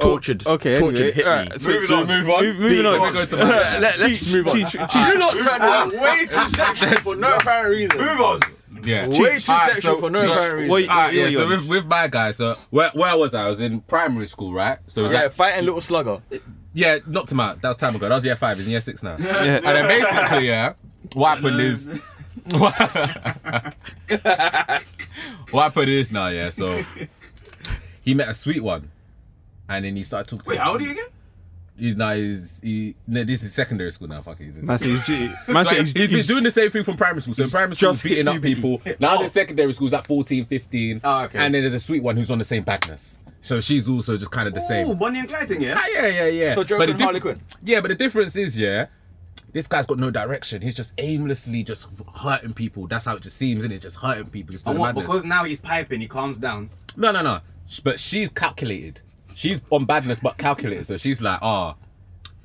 J: tortured.
H: Oh,
E: okay,
J: tortured,
E: anyway,
J: hit
E: alright,
J: me.
E: so-
F: Moving on, move on.
E: moving
F: Let
E: on.
F: me go to my-
J: Let, us move on.
E: She- she- she-
J: You're not trying to way too sexual for no apparent reason.
I: Move on.
F: Yeah.
H: Way too
F: Alright,
H: sexual
F: so-
H: for no
F: so-
H: apparent reason.
F: Alright,
H: Alright,
F: yeah,
H: yeah,
F: so
H: yeah.
F: with, with my guy, so where, where was I? I was in primary school, right? So it was
H: Yeah,
F: like,
H: fighting little slugger.
F: yeah, knocked him out. That was time ago. That was year five. He's in year six now.
H: Yeah.
F: And then basically, yeah, what happened is, what happened is now, yeah. So he met a sweet one, and then he started talking.
B: Wait,
F: to
B: how old are you again?
F: He's now he's he no this is secondary school now fuck it. he's-
E: Man said he's G-
F: So
E: man said he's-
F: he's, been
E: he's-
F: doing the same thing from primary school. So in primary school he's beating up people. Now in secondary school he's at 14, 15. And then there's a sweet one who's on the same badness. So she's also just kind of the
B: Oh,
F: same.
B: Bonnie and Clyde thing, yeah?
F: Ah, yeah, yeah, yeah.
B: So Joker
F: But the
B: and Harley
F: diff- Oh, Yeah, but the difference is, yeah, this guy's got no direction. He's just aimlessly just hurting people. That's how it just seems, and it's just hurting people. Just
B: And
F: doing
B: what,
F: madness.
B: because now he's piping, he calms down.
F: No, no, no. Sh- But she's calculated. She's on badness, but calculated. So she's like, ah,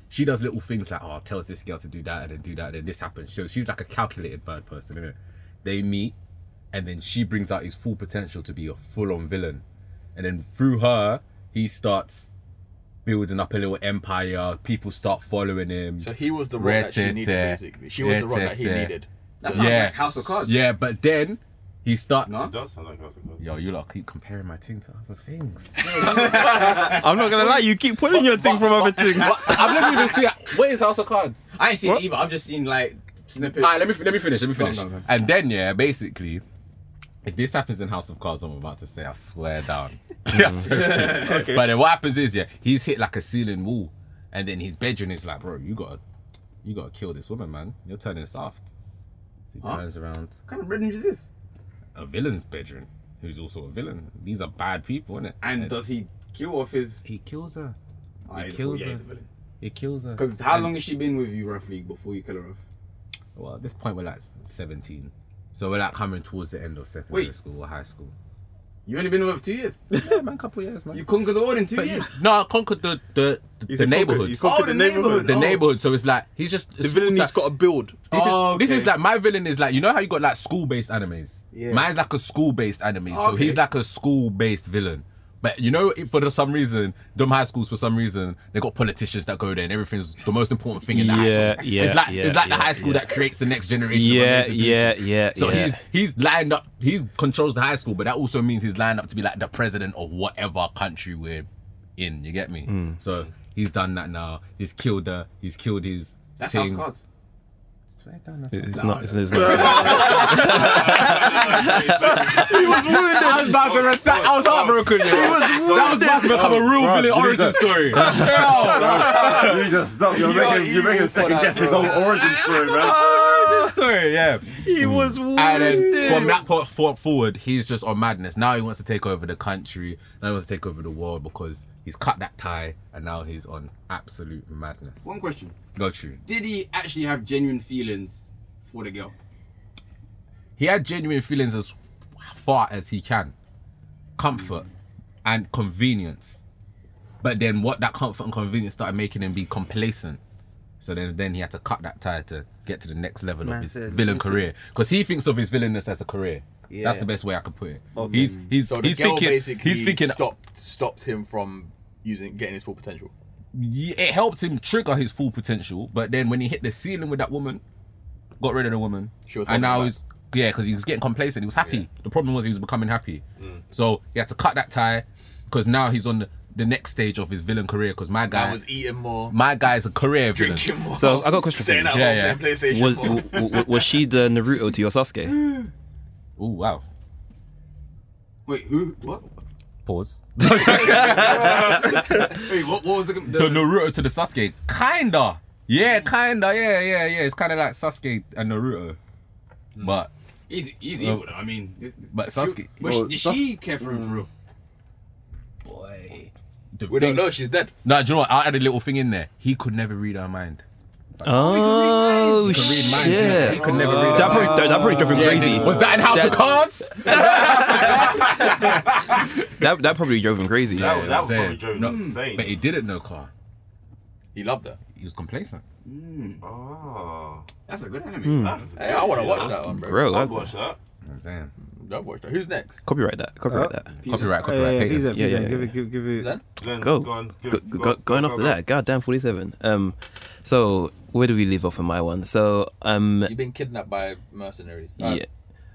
F: she does little things like, oh, tells this girl to do that and then do that, and then this happens. So she's like a calculated bad person, innit? They meet, and then she brings out his full potential to be a full on villain. And then through her, he starts building up a little empire. People start following him.
H: So he was the rock that she needed,
F: Re-te-te.
H: basically. She was the rock that he
F: Re-te-te.
H: needed. That sounds
F: Yeah.
H: like House of Cards.
F: Yeah, but then he starts.
B: No? It
I: does sound like House of Cards.
F: Yo, you lot keep comparing my thing to other things.
E: I'm not gonna lie, you keep pulling your thing from other things.
F: I've never even seen. What is House of Cards?
B: I ain't seen it either. I've just seen like snippets.
F: Alright, let me let me finish. Let me
B: Go on,
F: finish.
B: go on, go on.
F: And then yeah, basically, if this happens in House of Cards, I'm about to say, I swear down. Yeah, so-
B: Okay.
F: But then what happens is yeah, he's hit like a ceiling wall, and then his bedroom is like, bro, you gotta, you gotta kill this woman, man. You're turning soft. So he
B: Huh?
F: turns around
B: What kind of bedroom is this?
F: a villain's bedroom, who's also a villain. These are bad people, innit?
B: And does he kill off his?
F: He kills her.
B: Oh,
F: He
B: he's a-
F: kills
B: yeah,
F: her.
B: he's a villain.
F: It kills her.
B: Because how
F: And-
B: long has she been with you roughly before you kill her off?
F: Well, at this point we're like 17, so we're like coming towards the end of secondary
B: Wait.
F: school or high school.
B: You only been with her for two years.
F: Yeah, man, couple years, man.
B: You conquered the world in two years.
F: No, I conquered the the, the,
C: said conquer-
F: neighborhood.
C: he's conquered
B: Oh, the neighborhood.
F: The
B: Oh.
F: neighborhood. So it's like he's just
E: The villain he's got to build.
F: This,
B: Oh,
F: is, this is
B: okay.
F: like my villain is like you know how you got like school based animes.
B: Yeah.
F: Mine's like a school based anime, so
B: Okay.
F: he's like a school based villain. But you know, if for the- some reason, dumb high schools for some reason they got politicians that go there, and everything's the most important thing in the high
D: Yeah,
F: school.
D: yeah,
F: it's like
D: yeah,
F: it's like the
D: yeah,
F: high school
D: yeah.
F: that creates the next generation. of
D: Yeah,
F: amazing people.
D: yeah, yeah.
F: So
D: yeah.
F: he's he's lined up. He controls the high school, but that also means he's lined up to be like the president of whatever country we're in. You get me? So he's done that now. He's killed her. He's killed his
B: That's House
F: thing.
B: of Cards.
D: It's not. It's, it's not.
F: He was wounded. I was about to retire. I was heartbroken. He was wounded. That was about to become a real
C: Bruh,
F: villain
C: you
F: origin
C: need
F: story. Hell,
I: you just stop. You're, making, you're making him second guess his whole origin story, man.
F: bro. story. Yeah.
E: He was
F: And then from that point for- forward, he's just on madness. Now he wants to take over the country. Now he wants to take over the world because he's cut that tie and now he's on absolute madness.
B: One question:
F: Got you.
B: Did he actually have genuine feelings for the girl?
F: He had genuine feelings as far as he can comfort and convenience. But then what that comfort and convenience started making him be complacent. So then, then he had to cut that tie to get to the next level of
E: Man
F: his
E: said-
F: villain
E: man said-
F: career. Because he thinks of his villainness as a career. That's the best way I could put it. He's he's
H: So the
F: he's
H: girl
F: thinking
H: basically
F: he's thinking
H: stopped stopped him from using getting his full potential.
F: yeah, it helped him trigger his full potential. But then when he hit the ceiling with that woman, got rid of the woman,
H: She was
F: and
H: holding back.
F: now he's yeah, because he was getting complacent. He was happy. The problem was he was becoming happy.
H: Mm.
F: So he had to cut that tie because now he's on the, the next stage of his villain career. Because my
H: I
F: guy,
H: was eating more,
F: my guy is a career villain.
H: drinking more.
D: So, I got a question for
H: Saying
D: you.
H: that
F: Yeah,
H: yeah,
F: yeah.
H: yeah. PlayStation
D: was,
H: more.
D: w- w- was she the Naruto to your Sasuke?
F: Oh wow.
B: Wait, who? What?
F: Pause.
B: Wait, what, what was the? the
F: The Naruto to the Sasuke, kinda. Yeah,
H: Mm.
F: kinda. Yeah, yeah, yeah. It's kind of like Sasuke and Naruto,
H: Mm.
F: but
B: he's, he's evil. though. I mean, this- this-
F: but Sasuke.
B: Was
C: Well,
B: did
C: Sas-
B: she care for him for real?
F: Boy, the
H: we don't
F: thing-
H: know. She's dead.
F: No, do you know what? I had a little thing in there. He could never read our mind.
D: Oh,
F: He could read minds. innit? He
D: shit.
F: could never read
D: That
F: our
D: probably,
F: minds.
D: that, that probably drove him
F: Yeah,
D: crazy.
F: Was that in House of Cards?
D: That, that probably drove him crazy.
F: Yeah,
I: That,
F: I'm
I: that was probably
F: saying.
I: drove
F: No,
I: him insane.
F: But he didn't know Carr.
H: He loved her.
F: He was complacent.
I: Oh,
B: That's a good anime.
I: that's
H: Hey, I want to watch that one, bro.
D: Bro,
I: I'd
D: that's
I: watch that.
F: You know what I'm saying.
H: Don't watch that. Who's next?
D: copyright that. Copyright that.
E: Yeah,
F: Copyright, copyright. patent.
D: Yeah, yeah,
E: Give it, give it, give it.
H: Zen?
I: Then
D: Go.
I: go on,
D: Go,
I: give-
D: go,
I: go-
D: going
I: go-
D: off
I: go-
D: to that, goddamn, forty-seven. Um, so where do we leave off in my one? So um,
H: You've been kidnapped by mercenaries. Uh,
D: yeah,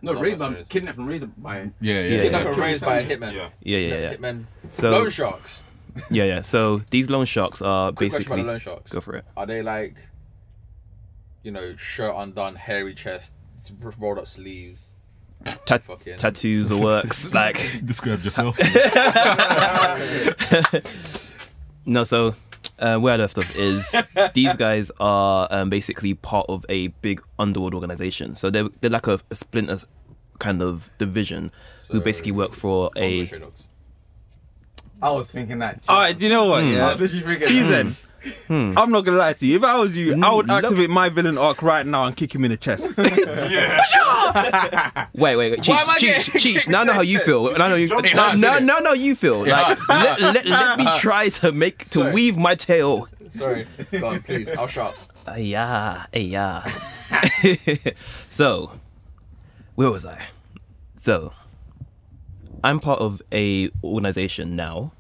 B: No, raised by kidnapped and raised by
D: Yeah, yeah,
B: kidnapped
D: yeah.
B: and raised by a hitman.
D: Yeah, yeah, yeah. yeah.
B: Hitman.
D: So
B: loan sharks.
D: Yeah, yeah. So these loan sharks are
J: Quick question
D: basically
J: about the loan sharks.
D: go for it.
J: Are they like, you know, shirt undone, hairy chest, rolled up sleeves?
D: Ta-
J: Fucking-
D: tattoos or works like
F: describe yourself.
D: no, so uh, where I left off is these guys are um, basically part of a big underworld organization. So they're they're like a, a splinter kind of division who basically work for a.
L: I was thinking that.
E: All right, do you know what?
D: Mm.
E: Yeah,
L: Oh, did you forget?
E: Keezen, I'm not gonna lie to you. If I was you, I would
D: Hmm. love-
E: activate my villain arc right now and kick him in the chest.
D: Wait, wait, wait.
E: Why am I
D: Cheech, Cheech,
E: getting-
D: Cheech. Now I know how you feel. Now I know you.
E: It
D: Now,
E: hurts,
D: now,
E: innit?
D: now I know how you feel.
E: It
D: Like
E: hurts.
D: let, let, let me
J: Uh-huh.
D: try to make to weave my tail.
J: Sorry, go on, please. I'll shut. up.
D: Yeah, yeah. so, where was I? So, I'm part of a organization now.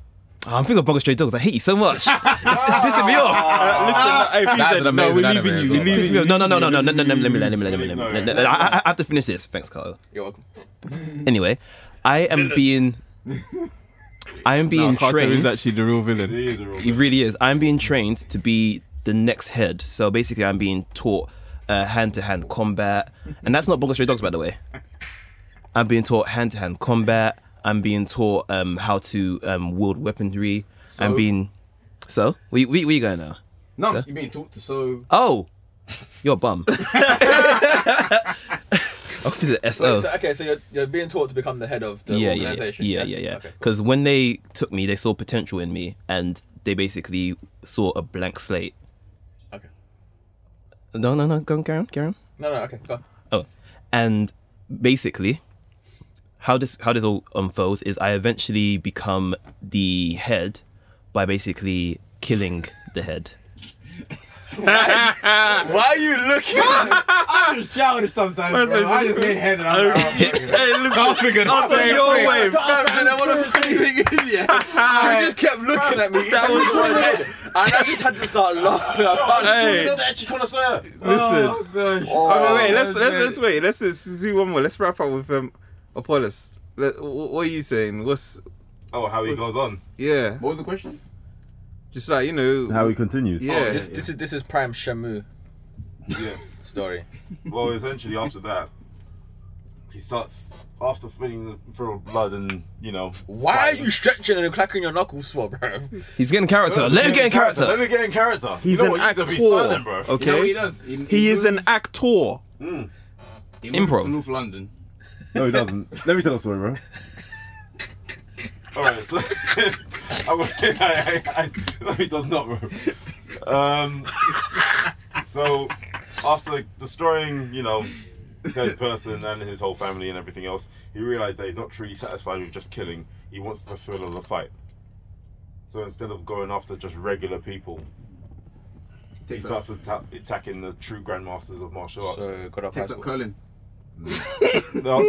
D: Oh, I'm thinking of Bungle Stray Dogs. I hate you so much. It's, it's pissing me off.
F: Uh, listen, hey, That's Peter, an no, we're amazing leaving anime you, as we're well. leaving
D: Pissing me
F: you,
D: off. No, no, no, no, no, no, no,
F: leaving
D: let me,
F: you,
D: let me, let me,
F: leaving
D: let me,
F: you.
D: let me. I, I- I have to finish this. Thanks, Carl.
J: You're welcome.
D: Anyway, I am being, I am being
E: Carter
D: trained.
E: is actually the real villain.
D: It really is. I'm being trained to be the next head. So basically, I'm being taught hand to hand combat, and that's not Bungo Stray Dogs, by the way. I'm being taught hand to hand combat. I'm being taught um, how to um, wield weaponry. I'm
B: So?
D: being so. We we we go now.
B: No,
D: So?
B: you're being talked to. So
D: Oh, you're a bum. Opposite
J: Wait,
D: SO.
J: so, okay, so you're, you're being taught to become the head of the
D: yeah, yeah, yeah,
J: organization.
D: yeah, yeah, yeah. Because when they took me, they saw potential in me, and they basically saw a blank slate.
J: Okay.
D: No, no, no. Go on, carry on, carry on.
J: No, no. Okay, go. On.
D: Oh, and basically, how this how this all unfolds is I eventually become the head by basically killing the head.
B: why are you looking? I'm childish sometimes. Bro. I just hit head and I'm like,
E: I'll say your way.
J: You just kept looking at me. That was one head, and I just had to start laughing.
I: Oh,
E: Hey.
B: Listen.
E: Oh,
B: gosh.
E: okay, wait, let's let's let's wait. Let's, let's do one more. Let's wrap up with um, Apollos. Let, wh- what are you saying? What's
I: Oh, how he
E: what's-
I: goes on.
E: Yeah.
B: What was the question?
E: Just like you know
I: How he continues.
E: Yeah.
J: Oh, this, this is this is prime Shamu
I: Yeah.
J: story.
I: well, essentially after that, he starts after feeling the thrill of blood and you know.
J: Why are you stretching and clacking your knuckles for, bro?
D: He's getting character. Let him get in
I: Let
D: character.
I: me get in character.
E: He's
I: you know
E: an
I: what, you
E: actor.
I: need to be silent, bro.
E: Okay.
B: You know what he does? He-
E: He,
B: he
E: is an actor.
B: Mm. He moves
E: Improv.
B: to North London.
I: No, he doesn't. Let me tell a story, bro. Alright, so I, would- I, I, I, no, he does not, bro. Um, so after destroying, you know, said person and his whole family and everything else, he realized that he's not truly satisfied with just killing. He wants the thrill of the fight. So instead of going after just regular people, he
B: Takes up-
I: starts atta- attacking the true grandmasters of martial arts.
J: So got up
B: Takes up curling.
I: No. you know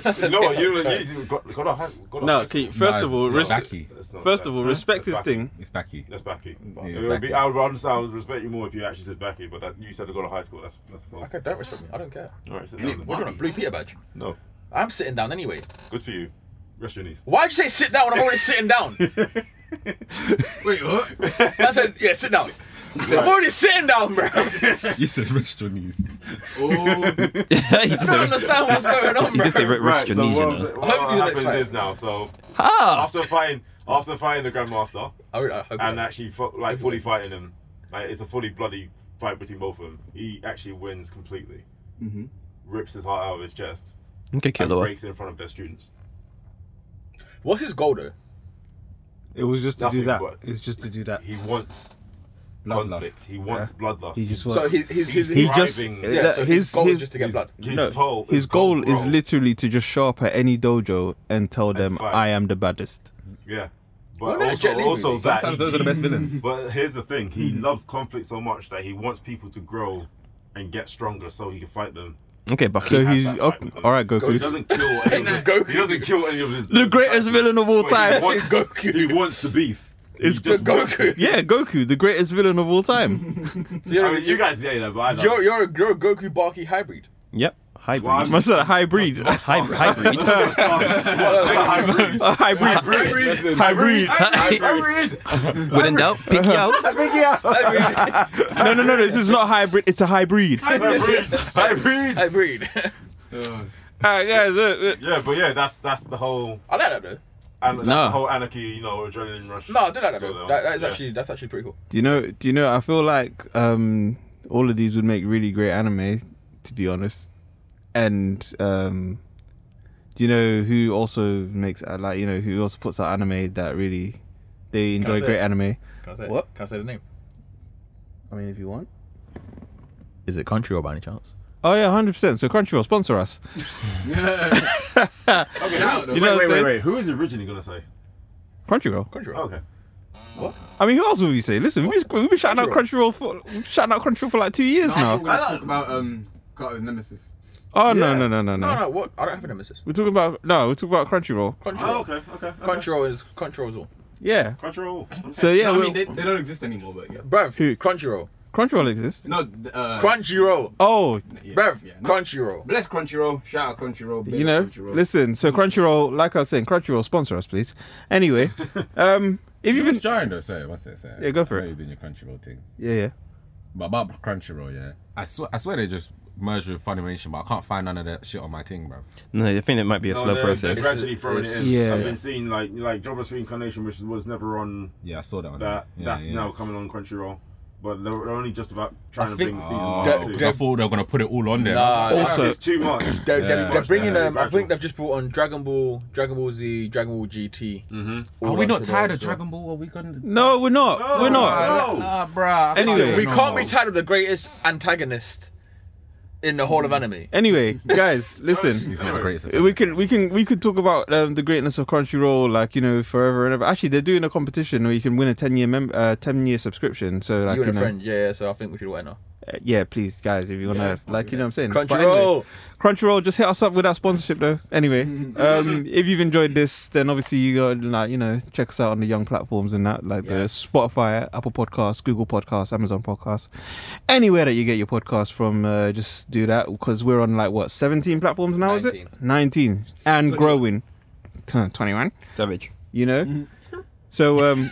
I: what? You, you, you got, got a hand. Got a
E: No,
I: hand.
E: okay, first
F: it's-
E: of all,
F: no,
E: res-
F: backy.
I: It's not
E: first
I: that.
E: of all, respect his
I: It's
E: thing.
F: It's Becky.
I: That's Becky.
F: it's
I: it would
F: Becky.
I: be, I would understand. I would respect you more if you actually said Becky, but that, you said I got to high school. That's that's false.
J: Okay, don't respect me. I don't care.
I: All right, sit
J: Innit?
I: down. then.
J: We're doing a blue Peter badge.
I: No,
J: I'm sitting down anyway.
I: good for you. Rest your knees.
J: Why'd you say sit down when I'm already sitting down?
B: Wait, what?
J: I said, yeah, sit down. I said, I'm already sitting down, bro. I
F: You said rest your knees.
B: Oh,
D: He
J: don't
D: just-
J: understand what's going on,
D: he
J: bro.
D: just said rest your
I: so
D: knees.
I: what,
D: You
I: was
D: know.
I: it-
J: I hope
I: what
J: you do the next
I: happens
J: fight.
I: is now, so
D: Ah,
I: after fighting, after fighting the grandmaster
J: I really- I hope
I: and
J: not.
I: actually fu- like fully fighting him, like it's a fully bloody fight between both of them. He actually wins completely.
B: Mm-hmm.
I: Rips his heart out of his chest.
D: okay,
I: And
D: killer.
I: breaks in front of their students.
J: What's his goal, though?
E: It was just to
I: Nothing
E: do that.
I: but-
E: It's just to do that.
I: He wants
F: Bloodlust.
I: conflict. He wants bloodlust.
E: He just
J: So
E: wants.
J: his his his,
E: He
J: his,
I: he's
E: just.
I: driving-
E: uh,
J: yeah,
E: that-
J: so his,
E: his
J: goal is
E: his-
J: just to get blood.
I: His
E: no,
I: goal,
E: his goal is
I: grow.
E: literally to just show up at any dojo and tell them,
I: fight.
E: "I am the baddest."
I: Yeah. But
J: Well, no,
I: also,
J: Jet Li
I: also
J: movies.
I: that
F: Sometimes
I: he-
F: those are the best villains.
I: But here's the thing: he
E: Hmm.
I: loves conflict so much that he wants people to grow and get stronger, so he can fight them.
D: Okay, Bucky.
E: So he's
I: that fight
E: okay,
I: with him.
E: all right,
I: So he
E: Goku.
I: doesn't kill. Any of the,
J: Goku.
I: he doesn't kill any of his.
E: The greatest villain of all
I: But
E: time.
I: He wants,
J: Goku.
I: He wants the beef. He
E: It's
I: just
J: Goku.
I: wants it.
E: Yeah, Goku, the greatest villain of all time.
J: So you're,
I: I mean, you guys hate that, but I love
J: you're,
I: it.
J: you're, a- you're a Goku Baki hybrid.
D: Yep. Hybrid.
E: Well, must have a high breed.
D: Hybrid. Hybrid.
E: hybrid. Hybrid. Hybrid.
D: Hybrid. When in doubt, pick you out.
E: No, no, no, no. This is not hybrid. It's a hybrid.
B: Hybrid.
H: Hybrid. Hybrid.
E: Alright, guys.
I: yeah, but yeah, that's that's the whole.
H: I like that though.
I: And that's
E: No.
I: the whole anarchy, you know, adrenaline rush.
H: No, I do like that
I: sort
H: though.
I: of-
H: That, that is
I: yeah.
H: actually that's actually pretty cool.
E: Do you know? Do you know? I feel like um, all of these would make really great anime, to be honest. And um, do you know who also makes uh, like you know who also puts out anime that really they
H: Can I
E: enjoy
H: say
E: great
H: it?
E: anime?
H: Can I say it?
E: What?
H: Can I say the name?
E: I mean, if you want.
J: Is it country or by any chance?
E: Oh yeah, hundred percent. So Crunchyroll sponsor us.
I: Okay,
E: now-
I: wait,
E: You know what
I: wait,
E: I'm
I: wait,
E: saying?
I: wait. Who is originally gonna say? Oh,
E: Crunchyroll.
I: Okay.
E: I mean, who else would we say? Listen, we've been, we've been shouting out Crunchyroll for we've been shouting out Crunchyroll for like two years
B: I thought we were
E: now.
B: gonna talk about um, Cartoon Nemesis.
E: Oh no, no, no, no, no, Oh,
H: No, no. What? I don't have a nemesis.
E: We're talking about no, we're talking about Crunchyroll.
H: Control.
I: okay, okay.
H: Control is control is all.
E: Yeah.
I: Crunchyroll.
E: So yeah,
B: No, I
E: we-
B: mean they, they don't exist anymore, but yeah.
H: Bruv, Crunchyroll.
E: Crunchyroll exists.
B: No, uh,
H: Crunchyroll.
E: Oh,
H: Bruv, Crunchyroll.
B: Bless Crunchyroll. Shout out Crunchyroll.
E: you know, listen. So Crunchyroll, like I was saying, Crunchyroll sponsor us, please. Anyway, um, if you've
F: Even
E: been,
F: jarring though, sorry, what's it? Sorry.
E: Yeah, go for
F: I know
E: it.
F: You're doing your Crunchyroll thing,
E: yeah, yeah.
F: but about Crunchyroll, yeah. I swear, I swear they just merged with Funimation, but I can't find none of that shit on my thing, bro.
D: No, I think it might be a
I: No,
D: slow
I: they're-
D: process.
I: They're gradually throwing it in.
E: Yeah.
I: I've been seeing like like Jobless Reincarnation, which was never on.
F: Yeah, I saw that. One.
I: That
F: Yeah,
I: that's
F: yeah.
I: now coming on Crunchyroll, but they're they're only just about trying to
H: think-
I: bring season
F: Oh,
I: one
F: that-
I: and two.
F: I thought they were gonna put it all on there.
H: Nah,
F: Oh,
I: Also, it's too much.
H: They're,
I: It's
H: they're-
I: too
H: they're
I: much.
H: bringing
I: Yeah,
H: um, I
I: gradual.
H: think they've just brought on Dragon Ball, Dragon Ball Z, Dragon Ball GT. Mm-hmm.
F: are we not tired of Dragon Ball? Are we gonna?
E: No, we're not. we're not.
I: Oh, No.
M: Nah, bruh.
E: Anyway.
H: We
E: No
H: can't be tired of the greatest antagonist in the whole of anime.
E: Anyway, guys,
H: Oh,
E: listen.
F: He's not the greatest.
E: We can we can we could talk about um, the greatness of Crunchyroll like you know forever and ever. Actually, they're doing a competition where you can win a ten year mem- uh, ten year subscription. So like
H: you
E: you,
H: and a
E: know,
H: friend, yeah, so I think we should wait now.
E: uh, yeah, please guys, if you wanna like you know what I'm saying. But anyway,
H: Crunchyroll!
E: Crunchyroll, just hit us up with our sponsorship though. Anyway, um, if you've enjoyed this, then obviously you got like you know check us out on the young platforms and that like the Spotify, Apple Podcasts, Google Podcasts, Amazon Podcasts, anywhere that you get your podcast from. Uh, just do that because we're on like what 17 platforms now is it? 19 and growing. Turn 21.
D: Savage.
E: You know. So um,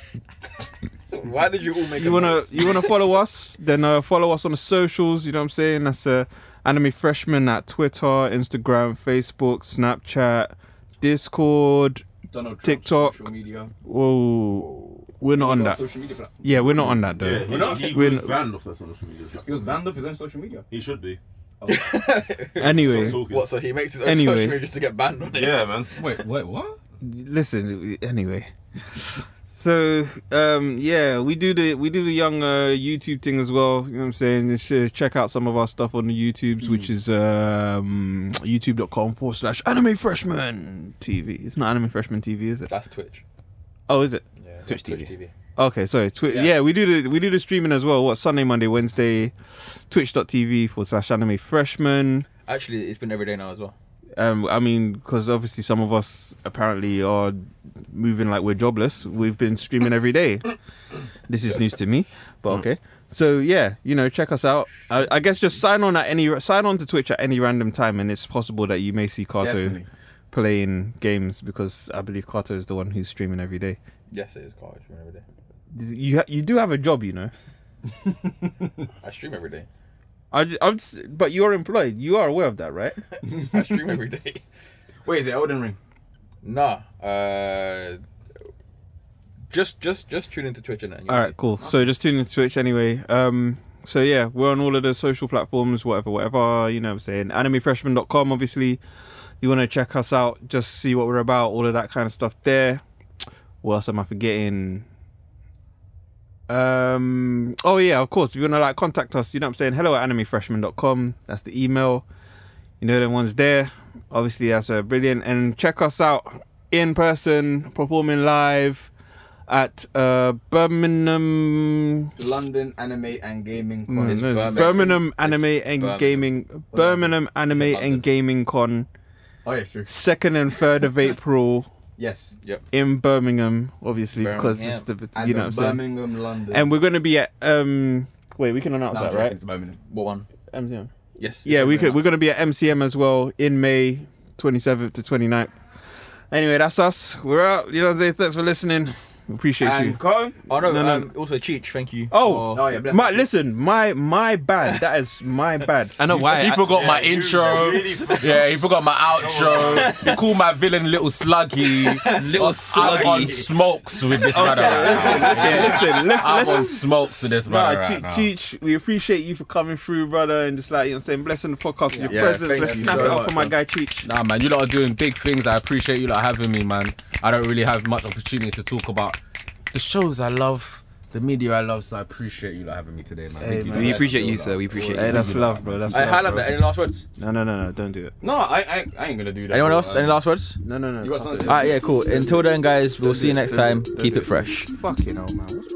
H: Why did you all make
E: you
H: a
E: wanna
H: noise?
E: you wanna follow us? Then uh, follow us on the socials. You know what I'm saying? That's uh, Anime Freshman at Twitter, Instagram, Facebook, Snapchat, Discord.
B: Donald Trump's
E: TikTok.
B: social media.
E: Whoa, we're not on
B: He's
E: that.
B: Social media platform.
E: Yeah, we're not on that though.
I: Yeah, he,
B: We're not-
I: he,
E: We're
I: was
E: not-
I: banned off that social media.
B: He was banned off his own social media.
I: He should be.
E: Anyway,
I: Stop talking.
H: Oh. What, so he makes his own
E: Anyway.
H: social media just to get banned on it?
I: Yeah, man.
F: Wait, wait, what?
E: listen. Anyway. So um yeah, we do the we do the young uh, YouTube thing as well. You know what I'm saying? You should check out some of our stuff on the YouTubes, which is um youtube.com forward slash anime freshman TV. It's not anime freshman TV, is it?
H: That's Twitch.
E: Oh, is it?
H: Yeah, that's
D: Twitch TV.
H: TV.
E: Okay, sorry. Twi- yeah. we do the we do the streaming as well. What Sunday, Monday, Wednesday, twitch.tv forward slash anime freshman.
H: Actually, it's been every day now as well.
E: Um, I mean, because obviously some of us apparently are moving like we're jobless. We've been streaming every day. this is news to me, but okay. So yeah, you know, check us out. I, I guess just sign on at any sign on to Twitch at any random time, and it's possible that you may see Kato
B: Definitely.
E: playing games because I believe Kato is the one who's streaming every day.
H: Yes, it is college stream every day.
E: You ha- you do have a job, you know.
H: I stream every day.
E: I, ju- I'm, s- but you're employed. You are aware of that, right?
H: I stream every day.
B: Wait, is it Elden Ring?
H: Nah. Uh, just, just, just tune into Twitch and
E: All right, cool. So just tune into Twitch anyway. Um, so yeah, we're on all of the social platforms, whatever, whatever. You know what I'm saying? AnimeFreshman.com, obviously. You want to check us out, just see what we're about, all of that kind of stuff there. What else am I forgetting? Um, oh yeah, of course. If you want to like contact us, you know what I'm saying? Hello at AnimeFreshman.com. That's the email. You know the ones there. Obviously, that's uh, brilliant. And check us out in person, performing live at uh, Birmingham.
B: The London Anime and Gaming
E: No,
B: Con.
E: Mm, no,
B: It's
E: Birmingham, Anime and
B: Birmingham.
E: Gaming.
B: What am I
E: Birmingham Anime
H: London.
E: and Gaming Con,
B: Oh yeah, true.
E: second and third of April
B: Yes.
H: Yep.
E: in Birmingham, obviously because it's the
B: And
E: you know what I'm
B: the
E: saying.
B: Birmingham, London.
E: And we're going to be at um. Wait, we can announce
B: No,
E: that,
B: I'm joking,
E: right?
B: it's Birmingham.
H: What one?
E: MCM. Yes. Yeah, we could, we're going to be at MCM as well in May 27th to 29th. Anyway, that's us. We're out. You know, what I'm saying? thanks for listening. We Appreciate you.
D: Oh no,
E: No, no.
D: Um, also Cheech, thank you.
E: Oh,
D: for-
E: my, listen, my my bad. That is my bad.
D: I know why.
F: He forgot my intro. yeah, he forgot my outro. he called my villain Little Sluggy. Little
E: Sluggy.
F: I'm on smokes with this
E: Okay,
F: matter.
E: listen, listen, listen, let's-
F: I'm
E: let's-
F: on smokes with this
E: Nah,
F: matter right
E: Cheech,
F: now.
E: Cheech, we appreciate you for coming through, brother, and just like you know, what I'm saying, blessing the podcast with your
F: Yeah,
E: presence.
F: thank
E: Let's
F: you
E: snap it
F: very
E: up
F: much,
E: for my
F: man.
E: guy Cheech.
F: Nah, man, you lot are doing big things. I appreciate you lot having me, man. I don't really have much opportunity to talk about the shows I love, the media I love, so I appreciate you lot having me today, man.
E: Hey,
F: Thank you
E: man.
F: lot.
E: We appreciate
D: you, sir. We appreciate
E: Hey,
D: you.
E: that's love, bro. That's
D: Hey,
J: Uh,
E: love,
D: Highland,
E: bro.
D: any last words?
F: eh?
E: No, no, no, no, don't do it.
B: No, I, I, I ain't gonna do that.
J: Anyone
B: bro.
J: else? Any
B: Um,
J: last words?
E: No, no, no.
B: You got something?
J: Alright, yeah, cool. Until then, guys, we'll see you next
E: Don't do it,
J: time.
E: don't
J: Keep
E: do
J: it fresh.
E: Fucking hell, man. What's